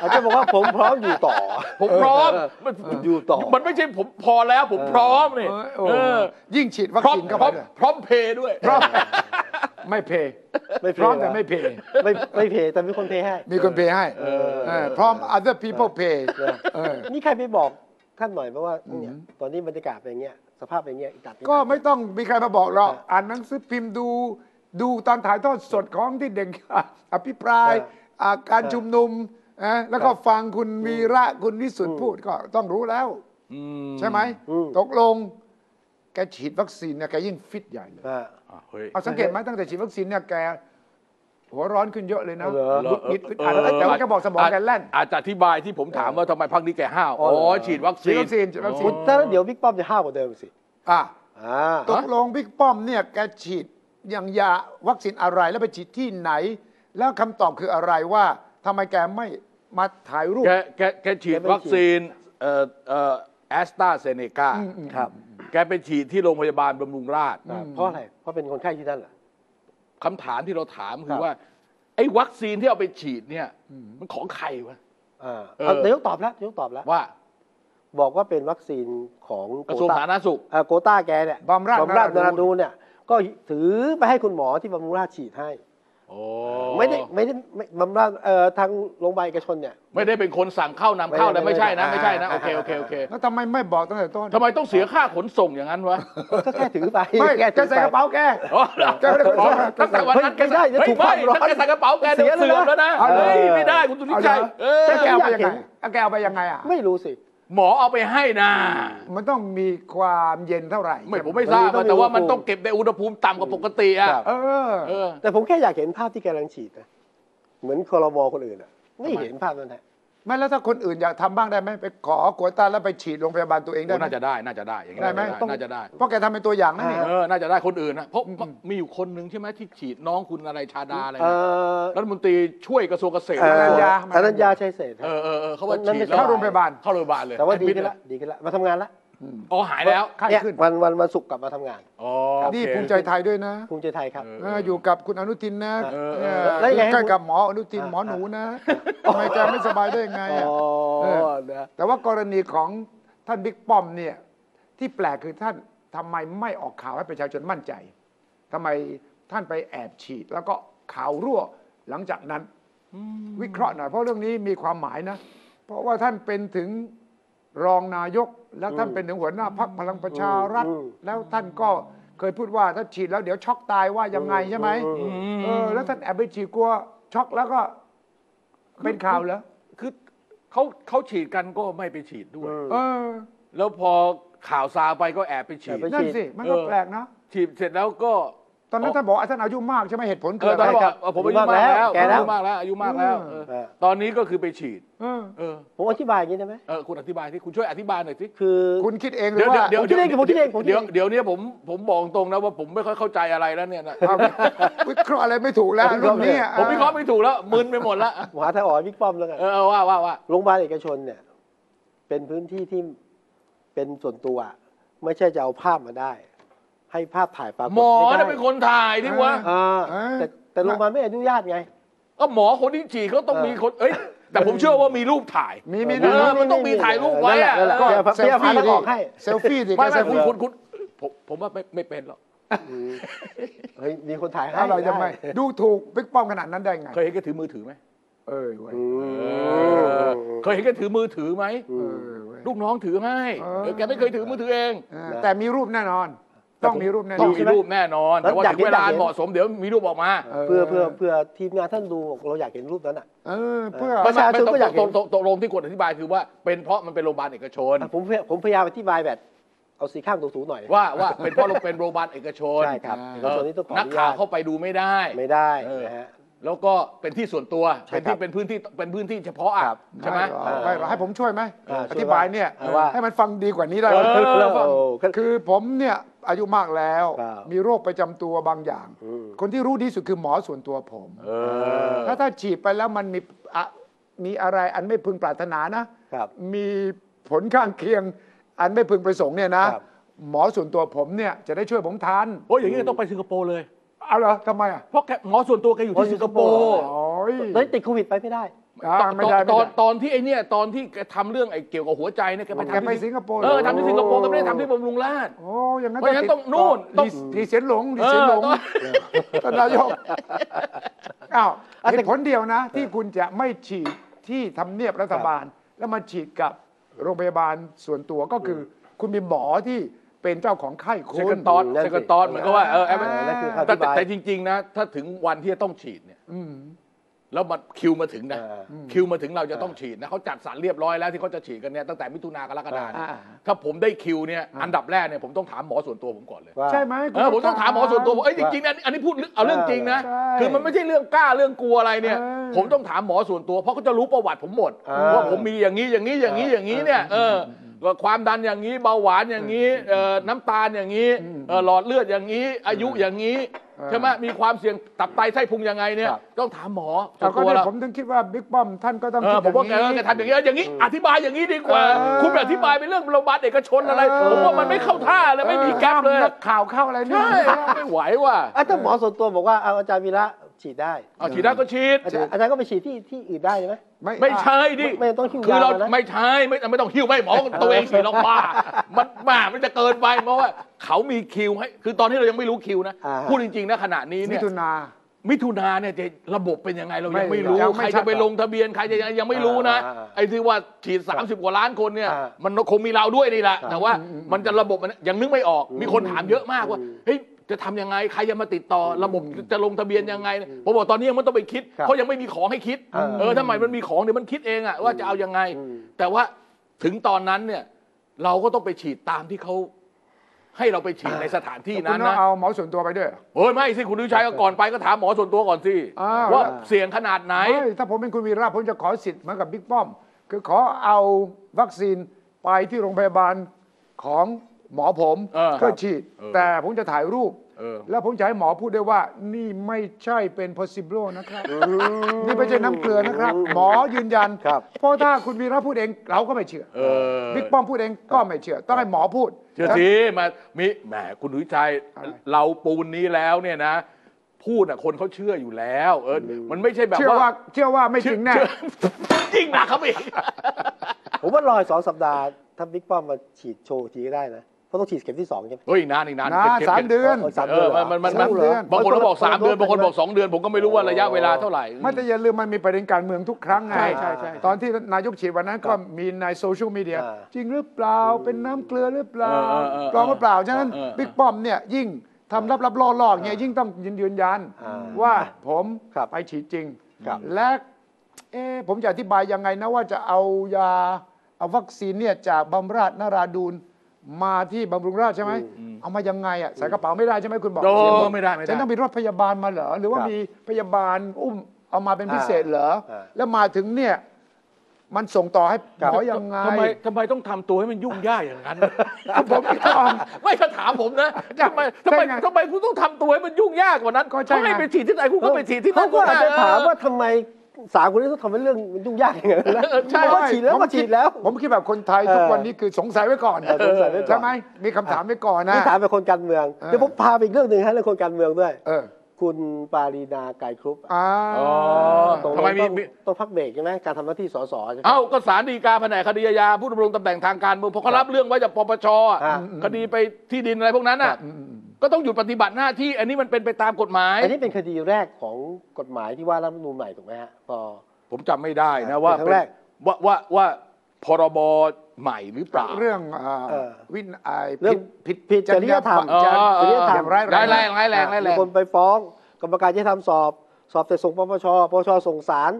อาจจะบอกว่าผมพร้อมอยู่ต่อ ผมพร้อมมัน อยู่ต่อ มันไม่ใช่ผมพอแล้วผมพร้อมนี่ เออโอ้ เออ ยิ่งฉีดวัค พร้อม ซีนเข้า พ ไป ร้อม ด้วพยร้อมเพย์ด้วย พร้อมไม่เพย์ ไม่เพ พร้อม ย์ แต่ไม่เพย์ ไม่ไม่เพย์แต่มีคนเพย์ให้ มีคนเพย์ให้เออพร้อม other people pay เออ เออ นี่ใครไปบอกท่านหน่อยเพราะว่าเนี่ยตอนนี้บรรยากาศเป็นอย่างเงี้ยสภาพเป็นอย่างเงี้ยอีตัด ก็ไม่ต้องมีใครมาบอกหรอก อ่านหนังสือพิมพ์ดู ดูตอนถ่ายทอดสดของที่เด็ก อภิปราย เออ อ่าการชุมนุมนะแล้วก็ ครับ ฟังคุณวีระคุณวิสุทธ์พูดก็ต้องรู้แล้ว ใช่ไหม อืม ตกลง แกฉีดวัคซีนเนี่ยแกยิ่งฟิตใหญ่เลย อ่า อ่ะเฮ้ย เอาสังเกตไหมตั้งแต่ฉีดวัคซีนเนี่ยแก หัวร้อนขึ้นเยอะเลยนะ เหรอ หงุดหงิดอึดอัดแต่ว่าแกบอกสมองแกแล่น อาจจะอธิบายที่ผมถามว่าทำไมพักนี้แกห้าว อ๋ อ๋ อ อ เหรอ ฉีดวัค ฉี ซีนดวัคซีนฉีดวัคซี คุ น ณถ้าเดี๋ยวบิ๊กป้อมจะห้าวกว่าเดิมสิ อ่ะ อ่า ตกลงบิ๊กป้อมเนี่ยแกฉีดอย่างยาวัคซีนอะไรแล้วไปฉีดที่ไหน แล้วคำตอบคืออะไรว่าทำไมแกไม่มาถ่ายรูป แกแกแกฉีด แกไม่ฉีด วัคซีนเอ่อเอ่อแอสตราเซเนกา ครับ แกไปฉีดที่โรงพยาบาลบำรุงราษฎร์ ครับเพราะอะไร เพราะเป็นคนไข้ที่นั่นเหรอ คำถามที่เราถามคื ครั อบ ว่า ไอ้วัคซีนที่เอาไปฉีดเนี่ย มันของใครวะ อ่า เออ เอานายกตอบแล้วนายกตอบแล้ว ว่า บอกว่าเป็นวัคซีนของ กระทรวง โต้ สาธารณสุข เอ่อโกต้าแกเนี่ย บำราศ บำราศนราดูนเนี่ย ก็ถือไปให้คุณหมอที่บำรุงราษฎร์ฉีดให้ โอ้ ไม่ได้ไม่ได้ไม่บำราศเอ่อทางโรงพยาบาลเอกชนเนี่ย ไม่ได้เป็นคนสั่งเข้านำเข้า ไม่ได้ นะไม่ใช่นะ ไม่ ไม่ ได้ ใช่นะ อ่า โอเคโอเคโอเค แล้วทำไมไม่บอกตั้งแต่ต้น ทำไมต้องเสียค่าขนส่งอย่างนั้นวะ ก็แค่ถือไป ไม่ แค่ แก ถือ ใส่กระ ไป เป๋าแก อ๋อเหรอ แกไม่ได้ขนส่งนะ ตั้งแต่วันนั้น เฮ้ยไม่ได้จะถูกความร้อน ไม่ตั้งแต่ใส่กระเป๋าแกเดี๋ยว เสี เสื่ ย อ เลยนะ มแล้วนะ เออ เฮ้ยไม่ได้คุณสุทธิชัย เอาเหรอ เออ แล้วแกเอาไปยัง เห็ ไง น แล้วแกเอาไปยังไงอ่ะ ไม่รู้สิ หมอเอาไปให้นะ มันต้องมีความเย็นเท่าไหร่ ไม่ผมไม่ทราบ มัน อะ ต้ แต่ องมี ว่ามัน อุณหภูมิ ต้องเก็บในอุณหภูมิต่ำกว่าปกติอ่ะ ครับ เออ เออ แต่ผมแค่อยากเห็นภาพที่แกกำลังฉีดนะเหมือนคอรมอคนอื่นอ่ะ ไม่ ทำไม เห็นภาพนั้นแหละ ไม่แล้วถ้าคนอื่นอยากทำบ้างได้ไหมไปขอโควต้าแล้วไปฉีดโรงพยาบาลตัวเองได้ไหม น่าจะได้น่าจะได้อย่างนี้ ได้ น่า ไหม จะได้น่าจะได้ เพราะแกทำเป็นตัวอย่างนะนี่ อ่า เออน่าจะได้คนอื่นนะเพราะมีอยู่คนหนึ่งใช่ไหมที่ฉีดน้องคุณอะไรชาดาอะไรนะ เอ่อ รัฐมนตรีช่วยกระทรวงเกษตร เอ่ อะไร อ นะ อนัญญาชัยเศรษฐ์ค เอ รับ อเออเออเขาว่า นั่น ฉี ไม่ ด ใช่ แล้ว เข้าโรงพยาบาล เข้าโรงพยาบาลเลย แต่ว่าดี แอมิ ขึ้นละดีขึ้นละมาทำงานละ อ๋อหายแล้ว ไข้ เนี่ย ขึ้น วันวันวันศุกร์กลับมาทำงาน อ๋อ นี่ โอเค ภูมิใจไทยด้วยนะ ภูมิใจไทยครับ เอ เอออยู่กับคุณอนุทินนะ เออ เออ แล้วยังไง ใกล้กับหมออนุทิน อ่า หมอหนูนะทำไมแกไม่สบายได้ยังไง อ๋ อะ อนะ แต่ว่ากรณีของท่านบิ๊กป้อมเนี่ยที่แปลกคือท่านทำไมไม่ออกข่าวให้ประชาชนมั่นใจทำไมท่านไปแอบฉีด แล้วก็ข่าวรั่วหลังจากนั้น วิเคราะห์หน่อยเพราะเรื่องนี้มีความหมายนะ เพราะว่าท่านเป็นถึงรองนายก แล้วท่านเป็นถึงหัวหน้าพักพลังประชารัฐ อืม แล้วท่านก็เคยพูดว่าถ้าฉีดแล้วเดี๋ยวช็อกตายว่ายังไงใช่ไหมเออแล้วท่านแอบไปฉีดกลัวช็อกแล้วก็เป็นข่าวเหรอ คือเขาเขาฉีดกันก็ไม่ไปฉีดด้วย เออ แล้วพอข่าวซาไปก็แอบไปฉีด แอบไป นั่นสิ มันก็ เออ แปลกนะ ฉีดเสร็จแล้วก็ ตอนนั้นท่านบอกว่าท่านอายุมากใช่ไหมเหตุผล เอ คือ อตอะอน ไร นั้นบอกครับ ว่าผมอายุมากแล้ว แก่แล้ว อายุมากแล้วอายุมากแล้วเออ เออ ตอนนี้ก็คือไปฉีด เออ เออ ผมอธิบายอย่างนี้ได้ไหม เออคุณอธิบายที่คุณช่วยอธิบายหน่อยสิ คือ คุณคิดเองหรือว่า ผมคิดเองผมคิดเองผมคิดเอง เดี๋ยวเดี๋ยวเนี้ผมผมบอกตรงนะว่าผมไม่ค่อยเข้าใจอะไรแล้วเนี่ยนะ เอาวิเคราะห์อะไรไม่ถูกแล้วรุ่นนี้อ่ะ ผมวิเคราะห์ไม่ถูกแล้วมึนไปหมดละ หาทางออกให้บิ๊กป้อมแล้วกัน เออเออว่าว่าว่า โรงพยาบาลเอกชนเนี่ย เป็นพื้นที่ที่เป็นส่วนตัวอะไม่ใช่จะเอาภาพมาได้ ให้ภาพถ่ายปรากฏ หมอ ไได้ น่ะเป็นคนถ่ายที่วะ อ่า เออ แต่แต่โรงพยาบาลไม่อนุญาตไง ก็หมอคนที่ฉีดเขาต้อง เออ มีคนเอ้ยแต่ผมเชื่อว่ามีรูปถ่าย มีมี เอ นะ อมันต้องมีถ่ายรูปไว้อะ นั่นแหล ก็ นั่นแหละ เซ เดี๋ยลวพา ฟี่ ทาง ดิ ออกให้ เซลฟี่ดิ ไม่ แกเซ ไม่ ล คุณ ฟี่ คุณคุณผมผมว่าไม่ไม่เป็นหรอก เฮ้ยมีคนถ่ายให้ อะไรทำไม ด้ ดูถูกบิ๊กป้อมขนาดนั้นได้ไง เคยเห็นแกถือมือถือไหม เออเว้ย อืม เออเคยเห็นแกถือมือถือไหม เออเว้ย ลูกน้องถือให้ เออ เออแกไม่เคยถือมือถือเอง เออแต่มีรูปแน่นอน ต้องมีรูปแน่น ต้ อ อง น มีรูปแน่นอน แล้ว แต่ว่า อยาก ถึ เห็นงเวลา อยากเห็น เหมาะสมเดี๋ยวมีรูปออกมา เออ เพื่อเพื่อเพื่อทีมงานท่านดูบอกเราอยากเห็นรูปนั้นอ่ะ เออเพื่อ ประชาชนก็อยากเห็น ตรงตกลงที่กฎอธิบายคือว่าเป็นเพราะมันเป็นโรงพยาบาลเอกชน ผมพยผมพยายามอธิบายแบบ เอาสีข้างสูงๆหน่อย ว่าว่าเป็นเพราะเราเป็นโรงพยาบาลเอกชน ใช่ครับ เออ เอกชนนี่ต้องขออนุญาต นักข่าวเข้าไปดูไม่ได้ ไม่ได้ เออ นะฮะ แล้วก็เป็นที่ส่วนตัว ใช่ เป็น ครับที่เป็นพื้นที่เป็นพื้นที่เฉพาะอ่ะ ครับ ใช่ไหม รอไม่หรอให้ผมช่วยไหม อ่าช่วย อธิบายเนี่ย ว่าว่า ให้มันฟังดีกว่านี้ได้ไหม เออ แล้วโอ้ก็ คือผมเนี่ยอายุมากแล้ว ครับ มีโรคประจำตัวบางอย่าง อืม คนที่รู้ดีสุดคือหมอส่วนตัวผม เออ ถ้าถ้าฉีดไปแล้วมันมีอะมีอะไรอันไม่พึงปรารถนานะ ครับ มีผลข้างเคียง อันไม่พึงประสงค์เนี่ยนะ ครับ หมอส่วนตัวผมเนี่ยจะได้ช่วยผมทัน โอ้ยอย่างนี้ต้องไปสิงคโปร์เลย เอาเหรอทำไมอ่ะ เพราะแกหมอส่วนตัวแกอยู่ที่สิงคโปร์ โอ้ย แล้วติดโควิดไปไม่ได้ อ่าไม่ได้ ต ไม่ อน ได้ ตอนที่ไอเนี่ยตอนที่แกทำเรื่องไอเกี่ยวกับหัวใจเนี่ยแกไป แกไป ทำที่ สิงคโปร์หร เออทำที่สิงคโปร์แกไม่ได้ทำที่บำรุงราษฎร์ โอ้อย่างนั้น เพราะฉะนั้นต้องนู่นต้อง ดีเสียนหลงดีเสียนหลง ออ ท่าน นายก อ้าว อ่ะแต่ เหตุผลเดียวนะ ที่คุณจะไม่ฉีดที่ทำเนียบรัฐบาล แล้วมาฉีดกับโรงพยาบาลส่วนตัวก็คือ คุณมีหมอที่เป็นเจ้าของไข้คุ เซ ณ กันตอน นั่น เซ สิ กันตอนเหมือนกับว่าเออแอป เออนั่นคือคำอธิ แต่ บาย แต่จริง ๆ นะ ถ้าถึงวันที่จะต้องฉีดเนี่ย อืม แล้วมันคิวมาถึงนะ เออ คิวมาถึงเราจะต้องฉีดนะเขาจัดสรรเรียบร้อยแล้วที่เขาจะฉีดกันเนี่ยตั้งแต่มิถุนากรกฎาคม อ่า ถ้าผมได้คิวเนี่ยอันดับแรกเนี่ยผมต้องถามหมอส่วนตัวผมก่อนเลย ว่า ใช่ไหมคุณ เออผมต้องถามหมอส่วนตัวผมเอ้ยจริงๆนะอันนี้พูดเรื่องเอาเรื่องจริงนะ ใช่ คือมันไม่ใช่เรื่องกล้าเรื่องกลัวอะไรเนี่ย เออ ผมต้องถามหมอส่วนตัวเพราะเขาจะรู้ประวัติผมหมด เออ ว่าผมมีอย่างนี้อย่างนี้อย่างนี้อย่างนี้เนี่ยเออ ว่าความดันอย่างนี้เบาหวานอย่างนี้เอ่อน้ำตาลอย่างนี้เอ่อหลอดเลือดอย่างนี้ อายุอย่างนี้ เออ ใช่ไหมมีความเสี่ยงตับไตไส้พุงยังไงเนี่ย ครับ ต้องถามหมอ แต่ก็ ส่วนตัว เนี่ย เรา ผมถึงคิดว่าบิ๊กป้อมท่านก็ต้อง เอ คิ อ ด ผมว่าแก อย่ง เออ นี้ แกทำอย่างนี้เอออย่างนี้ อธิบายอย่างนี้ดีกว่า เออ คุณอธิบายเป็นเรื่องโรงพยาบาลเอกชนอะไร เอผอมว่ามันไม่เข้าท่าเลยไม่มีแก๊ปเลย ห้านัข่าวเข้าอะไรนี่ ใช่ไม่ไหวว่ะ อ่ะถ้าหมอส่วนตัวบอกว่าเอาอาจารย์วีระฉีดได้ เอาฉีดได้ก็ฉีด อาจารย์อาจารย์ก็ไปฉีดที่ที่อื่นได้ใช่ไหม ไม่ใช่ดิ ไม่ต้องหิ้ว คือเรา ยามานะ ไม่ใช่ไม่ไม่ต้องหิ้วไม่หมอตัวเองสิเราบ้า มันบ้ามันจะเกินไปเพราะว่าเขามีคิวให้ คือตอนนี้เรายังไม่รู้คิวนะ อ่า พูดจริงๆนะขณะนี้ มิ เนี่ย ถุนา มิถุนาเนี่ยจะระบบเป็นยังไงเรายัง ไม่ ไม่รู้ ยังใคไม่ร ชัด จะไป หรอก ลงทะเบียนใครจะยังยังไม่รู้นะ อ่าอ่า ไอ้ที่ว่าฉีด 30 กว่าล้านคนเนี่ย อ่ามั มันคงมีเราด้วยนี่แหละ ครับ แต่ว่ามันจะระบบมันยังนึกไม่ออก มีคนถามเยอะมากว่าเฮ้ยจะทำยังไงใครจะมาติดต่อระบบจะลงทะเบียนยังไงผมบอกตอนนี้ยังไม่ต้องไปคิด ครับ เพราะยังไม่มีของให้คิด อ่า เออทำไมมันมีของเดี๋ยวมันคิดเองอะว่าจะเอายังไง อืม แต่ว่าถึงตอนนั้นเนี่ยเราก็ต้องไปฉีดตามที่เขาให้เราไปฉีดในสถานที่ คุ นั้ ณ น ต้อง นะ เอาหมอส่วนตัวไปด้วยเหรอ โอ้ยไม่สิคุณดุชัยเอาก่อนไปก็ถามหมอส่วนตัวก่อนสิ อ่า ว่าเสี่ยงขนาดไหน ไม่ถ้าผมเป็นคุณวีระผมจะขอสิทธิ์เหมือนกับบิ๊กป้อม คือขอเอาวัคซีนไปที่โรงพยาบาลของหมอผม เออ พื่อฉีด เออ แต่ผมจะถ่ายรูป เออ แล้วผมจะให้หมอพูดได้ว่า นี่ไม่ใช่เป็น possible นะครับ นี่ไม่ใช่น้ำเกลือนะครับ หมอยืนยัน ครับ เพราะถ้าคุณวีระพูดเองเราก็ไม่เชื่อ เออ บิ๊กป้อมพูดเองก็ไม่เชื่อ ต้องให้หมอพูด เชื่อสิมามิแหมคุณดุชัย อะไร เราปูนนี้แล้วเนี่ยนะ พูดน่ะคนเขาเชื่ออยู่แล้ว เออ มันไม่ใช่แบบ เชื่อว่า ว่า เชื่อว่าไม่จริงแน่ เชื่อ จริงนะครับอีก ผมว่ารอยสองสัปดาห์ถ้าบิ๊กป้อมมาฉีดโชว์ทีก็ได้นะเพราะต้องฉีดเข็มที่สองใช่ไหม เฮ้ยอีกนานอีกนาน นะ เก็บเก็บ สามเดือน เออสาม เอ เดือ อน เหรอ มันมัน สาม มัน เดือน บางคนเขาบอกสามเดือนบางคนบอกสองเดือนผมก็ไม่รู้ว่าระยะเวลาเท่าไหร่ ไม่แต่อย่าลืมมันมีประเด็นการเมืองทุกครั้งไง ใช่ใช่ใช่ใช่ ตอนที่นายกฉีดวันนั้นก็มีในโซเชียลมีเดีย อ่า จริงหรือเปล่าเป็นน้ำเกลือหรือเปล่า เออเออเออ ปลอมหรือเปล่าฉะนั้น เออเออ บิ๊กป้อมเนี่ยยิ่งทำรับรับล่อล่อๆเงี้ยยิ่งต้องยืนยืนยัน อ่า ว่าผม ครับ ไปฉีดจริง ครับ และเอะผมจะอธิบายยังไงนะว่าจะเอายาเอาวัคซีนเนี่ยจากบำราชนาราดูนมาที่บำรุงราชใช่ไหมเอามายังไงอ่ะใส่กระเป๋าไม่ได้ใช่ไหมคุณบอก โอ้ เสียหด ไม่ได้ไม่ได้ ฉันต้องมีรถพยาบาลมาเหรอ หรือคว่ารับ มีพยาบาลอุ้มเอามาเป็นพิเศษเหรอ อ่า แล้วมาถึงเนี่ย มันส่งต่อให้หมอยังไง ทำไมทำไมต้องทำตัวให้มันยุ่งยากอย่างนั้น ผมไม่ยอม ไม่ถ้าถามผมนะ ใช่ ทำไมทำไม ใช่ไง ทำไมคุณต้องทำตัวให้มันยุ่งยากกว่านั้น ก็ใช่ เขาให้ ไง ไปฉีดที่ไหนคุณก็ไปฉีดที่นั่ เขา น ก็อาจจะถาม เออ ว่าทำไมสาวคนนี้ต้องทำให้เรื่องมันยุ่งยากอย่างนั้นนะ ใช่ เพราะว่าฉีดแล้ว ผม ก็ฉีดแล้ว ผมคิดแบบคนไทย เออ ทุกวันนี้คือสงสัยไว้ก่อน เออสงสัยไว้ก่อน ใช่ไหมมีคำถามไว้ก่อนนะ นี่ถามเป็นคนการเมือง เออ เดี๋ยวผมพาไปอีกเรื่องหนึ่งฮะเรื่องคนการเมืองด้วย เออ คุณปารีนาไกรครุป อ่า อ๋อ ตรง ทำไมมี นี้ต้อง มี ต้องพักเบรกใช่ไหมการทำหน้าที่สสใช่ไหม เอ้าก็ศาลฎีกาแผนกคดีอาญาผู้ดำรงตำแหน่งทางการเมืองพอเขารับเรื่องไว้จากปปชอ่ะ อ่า คดีไปที่ดินอะไรพวกนั้นน่ะก็ต้องหยุดปฏิบัติหน้าที่ อันนี้มันเป็นไปตามกฎหมาย อันนี้เป็นคดีแรกของกฎหมายที่ว่ารัฐธรรมนูญใหม่ถูกไหมฮะพอ ผมจำไม่ได้ เป็น นะว่า ครั้งแรก เป็นว่าว่าว่าพรบใหม่หรือเปล่า เรื่องอ่า เออ วินัย เรื่อง ผิด ผิดจริยธรรม เออ จ เออเอ ริย อ ธรรมร้ายแร ร้ายแรง ง ร้ายแรงร้ายแร มี ง คนไปฟ้อง กรรมการยุติธรรมสอบ สอบเสร็จส่งปปชปปชส่งศาล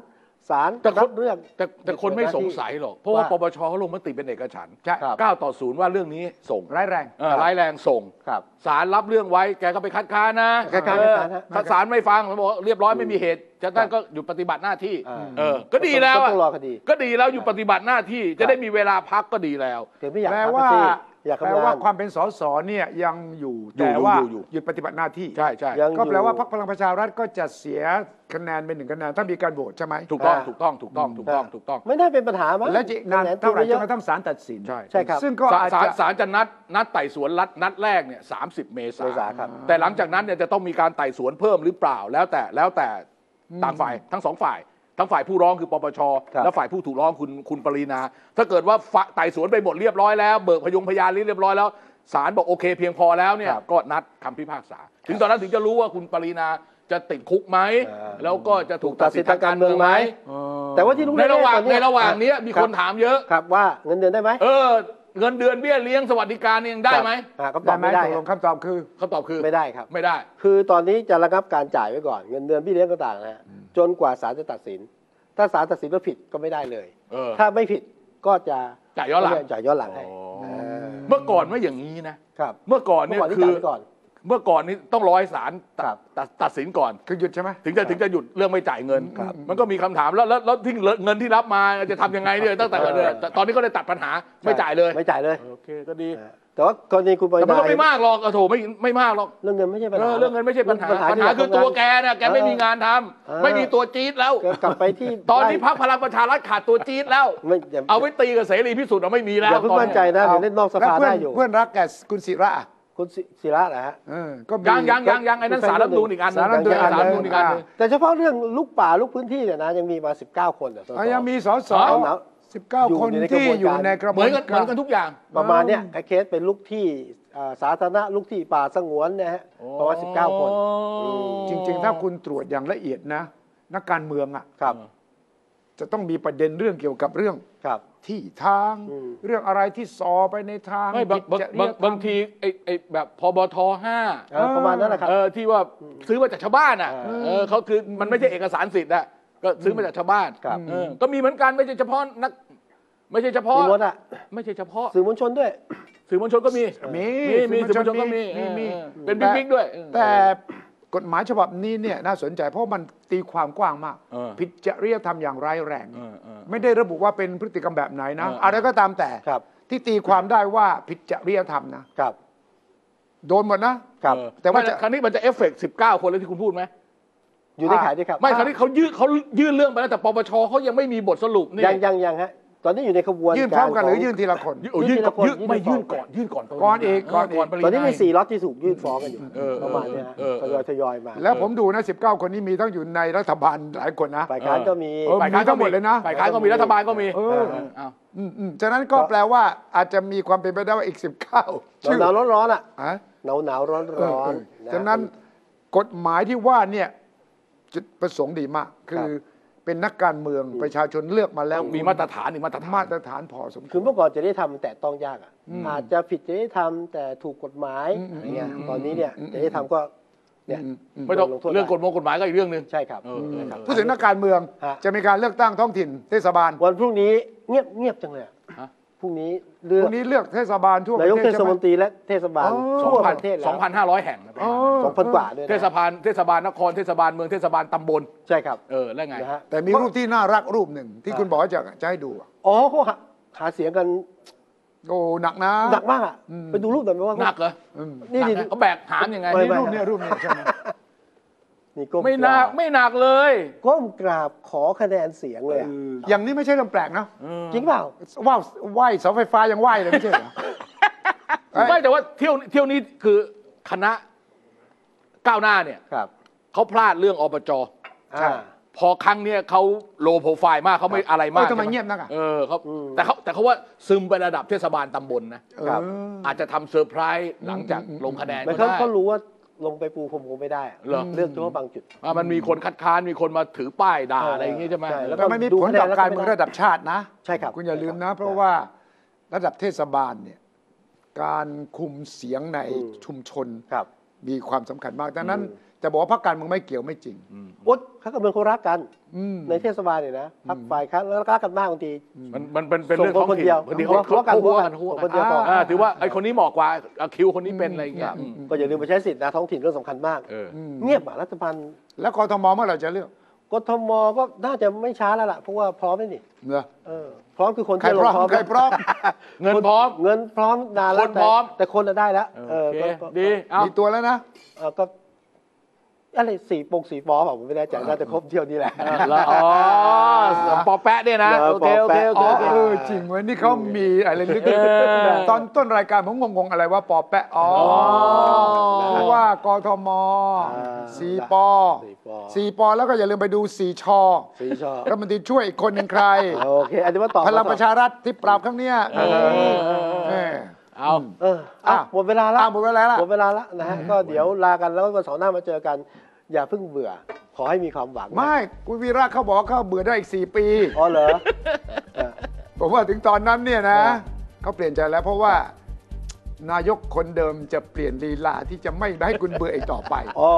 ศาลรับเรื่อง แต่แต่คนไม่สงสัยหรอกเพราะว่า ว่า ปปชเขาลงมติเป็นเอกฉันท์ ใช่ครับ เก้าต่อศูนย์ว่าเรื่องนี้ส่ง ร้ายแรง เออร้ายแรงส่ง ครับ ศาลรับเรื่องไว้แกก็ไปคัดค้านนะ คัดค้าน เออ คัดค้านฮะ ถ้าศาลไม่ฟังผมบอกเรียบร้อยไม่มีเหตุจากนั้นก็หยุดปฏิบัติหน้าที่ อ่า เออก็ดีแล้วะ ก็ต้องรอคดี ก็ดีแล้วหยุดปฏิบัติหน้าที่จะได้มีเวลาพักก็ดีแล้ว เดี๋ยวไม่อยาก แปล ทำ ว่า สิอยาก แปลว่างทำาน ความเป็นสสเนี่ยยังอยู่ อยู่ แต่ว่า อยู่อยู่ หยุดปฏิบัติหน้าที่ ใช่ใช่ ยัง ก็แปลว่าพรรคพลังประชารัฐก็จะเสียคะแนนเป็นหนึ่งคะแนนถ้ามีการโหวตใช่ไหม ถูกต้อง อ่า ถูกต้องถูกต้องถูกต้องถูกต้อง ไม่ได้เป็นปัญหามั้ง แล้วจะอีกนานเท่าไหร่จนกระทั่งศาลตัดสิน ใช่ ใช่ครับ ซึ่งก็ ศาล อาจ ศาล จะ ศาลจะนัดนัดไต่สวนรัดนัดแรกเนี่ยสาเมษา เมษาครับ แต่หลังจากนั้นเนี่ยจะต้องมีการไต่สวนเพิ่มหรือเปล่าแล้วแต่แล้วแต่ต่างฝ่ายทั้งสองฝ่าย ทั้งฝ่ายผู้ร้องคือปปช ครับ และฝ่ายผู้ถูกร้องคุณคุณปรีนา ถ้าเกิดว่าฝ่าไต่สวนไปหมดเรียบร้อยแล้วเบิกพยงพยานเรียบร้อยแล้วศาลบอกโอเคเพียงพอแล้วเนี่ย ครับ ก็นัดคำพิพากษา ถึงตอนนั้นถึงจะรู้ว่าคุณปรีนาจะติดคุกไหม อ่า แล้วก็จะถูกตัดสินทางการเมืองไหม แต่ว่าที่รู้ ในระหว่าง แๆตอ ในระหว่างเนี้ยมีคน รับ ถามเยอะ ครับว่าเงินเดือนได้ไหม เออ เงินเดือนเบี้ยเลี้ยงสวัสดิการเนี่ยยังได้ไหม อ่าคำต ได้ อบ ไหม ไม่ได้ ตกลงคำตอบคือ คำตอบคือ ไม่ได้ครับ ไม่ได้ คือตอนนี้จะระงับการจ่ายไว้ก่อนเงินเดือนพี่เลี้ยงต่างๆนะฮะจนกว่าศาลจะตัดสิน ถ้าศาลตัดสินว่าผิดก็ไม่ได้เลย เออ ถ้าไม่ผิดก็จะ จ่ายย้อนหลัง จ่ายย้อนหลังให้ อ๋อ เออ เมื่อก่อนไม่อย่างนี้นะ ครับ เมื่อก่อน เมื่อเนี่ย ก่อนที่ คื จ่า อย ไว้ก่อน เมื่อก่อนนี้ต้องรอให้ศาลตัด ครับ ตัดตัดสินก่อน คือหยุดใช่ไหม ถึงจะถึงจะหยุดเรื่องไม่จ่ายเงิน มันก็มีคำถามแล้วแล้วแล้วที่เงินที่รับมาจะทำยังไงเนี่ยตั้งแต่เดือนตอนนี้ก็เลยตัดปัญหาไม่จ่ายเลย ไม่จ่ายเลย โอเคก็ดี เออแต่ว่ากรณีคุณปริ แต่มัน นา ก็ไม่มากหรอกโอ้โถไม่ไม่มากหรอก เรื่องเงินไม่ใช่ปัญ เอ หา อเรื่องเงินไม่ใช่ปัญหาปัญหา ที่ คือตัวแกน่ะแกไม่มีงานทำ เออ ไม่มีตัวจี๊ดแล้ว ก็กลับไปที่ ตอนนี้ ไล่ พักพลังประชารัฐขาดตัวจี๊ดแล้ว ไม่อย่า เอาไว้ตีกับเสรีพิสุทธิ์เราไม่มีแล้ว อย่าเพิ่ง ตอน มั่นใจ เนี้ย นะ เอา เดี๋ยวเล่นนอกสภา แล้วเพื่ ได้ น อยู่ เพื่อนรักแกคุณศิระอ่ะ คุณศิศิระนะฮะ เออก็มี ยังยังยังยังไอ้นั่นสารรัฐธรรมนูนอีกอันหนึ่ง สารรัฐธรรมนูญ ยังสารรัฐธรรมนูน อันหนึ่ง อีกอันหนึ่ง แต่เฉพาะเรื่องลูกป่าลูกพื้นที่เนี่ยนะยังมีมา 19 คนอ่ะสส อ่ะยังมีสส เอาหนาว สิบเก้า อยู่ คน ในกระบวนการ ที่อยู่ในกระบ เห ว มือน นกันเหมื กา อ ร นกันทุกอย่าง ประมาณเนี้ยไอ้เคสเป็นลูกที่อ่าสาธารณะลูกที่ป่าสงวนนะฮะประมาณ19 คนอืม จริง ๆ ถ้าคุณตรวจอย่างละเอียดนะ นักการเมืองอ่ะ ครับ จะต้องมีประเด็นเรื่องเกี่ยวกับเรื่อง ครับ ที่ทาง อืม เรื่องอะไรที่ซอไปในทาง ไม่บาง ผิด บาง จริย บาง ธรรม บางทีไอ้ไอ้แบบพบทห้า เออประมาณนั้นแหละครับ เออที่ว่าซื้อมาจากชาวบ้านอ่ะ เออ เออเขาคือมันไม่ใช่เอกสารสิทธิ์อ่ะก็ซื้อมาจากชาวบ้าน ครับ เออก็มีเหมือนกันไม่ใช่เฉพาะนัก ไม่ใช่เฉพาะ มีมดอ่ะ ไม่ใช่เฉพาะ สื่อมวลชนด้วย สื่อมวลชนก็มี มี มีมีสื่อมวลชน มี ก็มี มีมี เออเป็นบิ๊กบิ๊กๆด้วย แต่กฎหมายฉบับนี้เนี่ยน่าสนใจเพราะมันตีความกว้างมาก เออ ผิดจริยธรรมอย่างร้ายแรง เออเออ ไม่ได้ระบุว่าเป็นพฤติกรรมแบบไหนนะ เออเอออ อะไรก็ตามแต่ ครับ ที่ตีความได้ว่าผิดจริยธรรมนะครับ โดนหมดนะ ครับ เออ แต่ว่าจะ ครั้งนี้มันจะเอฟเฟกต์สิบเก้าคนเลยที่คุณพูดไหม อยู่ในขายด้วยครับ ไม่ครั้งนี้เขายื่นเขายื่นเรื่องไปแล้วแต่ปปชเขายังไม่มีบทสรุปนี่ ยังยังยังฮะตอนนี้อยู่ในขบวน ยื่นพร้อมกันหรื ข อง ยื่นทีละคน โอ้ยื่นก่อน ยื่ ยื่นนทีละคน ไม่ยื่นก่อนยื่นก่อน ก่อนอีกก่อนอีก ปริญญา ตอนนี้มีสี่ล็อตที่ถูกยื่นฟ้องกันอยู่ เออเออ ประมาณเนี้ยฮะ เออ ท เออ ยอยทยอยมา แล้วผมดูนะ 19 คนนี้มีทั้งอยู่ในรัฐบาลหลายคนนะ ฝ่ายค้านก็มี เออ ฝ่ายค้านก็ มีทั้งหมดเลยนะ ฝ่ายค้านก็มีรัฐบาลก็มี เออ เอ้า อืมอืมฉะนั้นก็แปลว่าอาจจะมีความเป็นไปได้ว่าอีก 19 ชื่อ หนาวๆร้อนๆอ่ะ ฮะ หนาวหนาวๆร้อน เออ ร้อ เอน อ ๆะ ฉะนั้นกฎหมายที่ว่าเนี่ยจุดประสงค์ดีมาก คือเป็นนักการเมืองประชาชนเลือกมาแล้ว มีมาตรฐานอีกมาตรฐาน มาตรฐานพอสมค คือ วร เมื่อก่อนจะได้ทำแต่ต้องยากอ่ะอาจจะผิดจะได้ทำแต่ถูกกฎหมายอะไรเงี้ยตอนนี้เนี่ยจะได้ทำก็เนี่ย ไม่ต้อง โดนลโทษ เรื่องกฎหมงกฎหมายก็อีกเรื่องหนึ่ง ใช่ครับ เออเออ ครับ พูดถึงนักการเมือง ฮะ จะมีการเลือกตั้งท้องถิ่นเทศบาล วันพรุ่งนี้เงียบเงียบจังเลยอะ ฮะ พรุ่งนี้เลื พ อก รุ่งนี้เลือกเทศบาลทั่วป นายก ระเท เท ศ ศ ใช่ไห ม ม นตรีและเทศบาล อ๋อ ทั่วประเทศแล้ว 2,500 แห่งนะ อ๋อ สองพันกว่าด้วยนะ เทศบาลเทศบาลนครเทศบาลเมืองเทศบาลตำบล ใช่ครับ เออ แล้วไง นะฮะ แต่มีรูปที่น่ารักรูปหนึ่งที่คุณบอกว่าจะจะให้ดูอะ อ๋อเขาหาหาเสียงกัน โอ้หนักนะ หนักมากอ่ะไปดูรูปหน่อยไหมว่า หนักเหรอ อืม นี่ดิ หกนะเขาแบกหามยังไง ไม่ นี่ ไม่ รูปเนี่ยรูปเนี่ยใช่ไหม นี่ก้ม ไม่ ก หนั ราก บ ไม่หนักเลย ก้มกราบขอคะแนนเสียงเลยอะ อย่างนี้ไม่ใช่เรื่องแปลกนะ จริงเปล่า ว่าวไหวเสาไฟฟ้ายังไหวเลยไม่ใช่เหรอ เอ้ย ไม่แต่ว่าเที่ยวเที่ยวนี้คือคณะก้าวหน้าเนี่ย ครับ เขาพลาดเรื่องอบจ อ่า พอครั้งเนี้ยเขาโลโปรไฟล์มากเขาไม่อะไรมาก เออทำไม ใช่ห เงียบนักอะ เออเขาแต่เขาแต่เขาว่าซึมไประดับเทศบาลตำบลนะ ครับ เออ อาจจะทำเซอร์ไพรส์หลังจากลงคะแนน หมายคก็วาม ได้ เขารู้ว่าลงไปปูพรมคงไม่ได้ะ เหรอ เลือกเฉพาะบางจุด ว่ามันมีคนคัดค้านมีคนมาถือป้ายด่า เอออ อะไรอย่างเงี้ยใช่ไหม ใช่แล้วก็ แต่มันมีผลต่อการเมืองระดับชาตินะ ใช่ครับ คุณอย่าลืม ใช่ครั นะ บ เพราะว่าระดับเทศบาลเนี่ยการคุมเสียงใน อืม ชุมชน ครับ มีความสำคัญมากดังนั้น อืม จะบอกว่าพรรคการเมืองไม่เกี่ยวไม่จริง โอ๊ตเขากับเมืองเขารักกัน อืม ในเทศบาลเนี่ยนะพักฝ่ายค้านแล้วรักกันมากบางที มันมันเป็นเป็นเรื่อง ส่ ท้อง ง คน ถิ่ เดียวน พอดีเขา หัวกัน เขาหัวกัน หั หั ว ว กันหัวกันคนเดียวพออ่ าถือว่าไอ้คนนี้เหมาะกว่าเอาคิวคนนี้เป็นอะไรอย่างเงี้ยอืม ก็อย่าลืมไปใช้สิทธินะท้องถิ่นเรื่องสำคัญมาก เอออ เงียบอ่ะรัฐบาล แล้วกทมเมื่อไหร่จะเลือก กทมก็น่าจะไม่ช้าแล้วล่ะเพราะว่าพร้อมแล้วนี่ เหรอ เออพร้อมคือคน ใคร ที่ล พร้พร้อง มอม ใครพร้อม เงินพร้อม เงินพร้อมนานแล้ว คนพร้อม แต่แต่คนน่ะได้แล้ว โอเค ก็ก็ ดีเอา มีตัวแล้วนะ เออก็อะไรสีปงสีปอเปล่าผมไม่แน่ใจน่าจะครบเที่ยวนี้แหละ แล้วอ๋อปอแปะเนี่ยนะ เออ โอเคโอเคโอ ป อ๋อแปะเคโออเค เออจริงเว้ยนี่เขามีอะไรลึก เออ ๆตอนต้นรายการผมงงๆอะไรว่าปอแปะอ๋อ อ๋อ เพราะว่ากทม อ่า สีปอ สี่ปอ สีปอแล้วก็อย่าลืมไปดูสีชอ สีชอบ รัฐมนตรีช่วยอีกคนหนึ่งใคร โอเคอันนี้ว่าตอบ พลังประชารัฐที่ปราบครั้งเนี้ยเออเออ เอา เอออ่ะ อ่ะ หมดเวลาละ อ่ะหมดเวลาละ หมดเวลาละนะฮะก็เดี๋ยวลากันแล้ววันเสาร์หน้ามาเจอกัน อย่าเพิ่งเบื่อ ขอให้มีความหวังนะ ไม่คุณวีระเขาบอกเขาเบื่อได้อีก 4 ปี อ๋อเหรอ ผมว่าถึงตอนนั้นเนี่ยนะ อ่า เขาเปลี่ยนใจแล้วเพราะว่านายกคนเดิมจะเปลี่ยนลีลาที่จะไม่ให้คุณเบื่ออีกต่อไป อ๋อ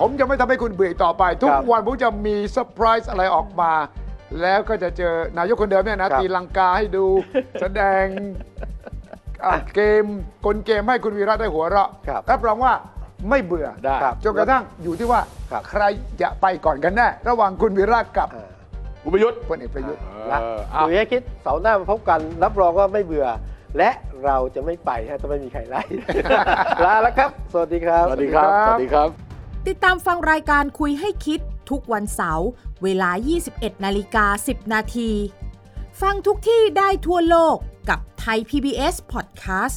ผมจะไม่ทำให้คุณเบื่ออีกต่อไป ทุ ค ก รับ วันผมจะมีเซอร์ไพรส์อะไรออกมา แล้วก็จะเจอนายกคนเดิมเนี่ยนะครับ ตีลังกาให้ ดู แสดงอ่ะเกมกลเกมให้คุณวีระได้หัวเราะ ครับ รับรองว่า ไม่เบื่อ ได้ ครับ จนกระทั่งอยู่ที่ว่า ครับ ใครจะไปก่อนกันแน่ระหว่างคุณวิราชกับ อ่า คุณประยุทธ์ พลเอกประยุทธ์ นะ เอออ่ะ คุยให้คิดเสาร์หน้ามาพบกัน รับรองว่าไม่เบื่อ และเราจะไม่ไปฮะจะไม่มีใครไล่ ลาแล้วครับ สวัสดีครับ สวัสดีครับ สวัสดีครับ ติดตามฟังรายการคุยให้คิดทุกวันเสาร์เวลา 21 นาฬิกา 10 นาที ฟังทุกที่ได้ทั่วโลกกับไทย PBS Podcast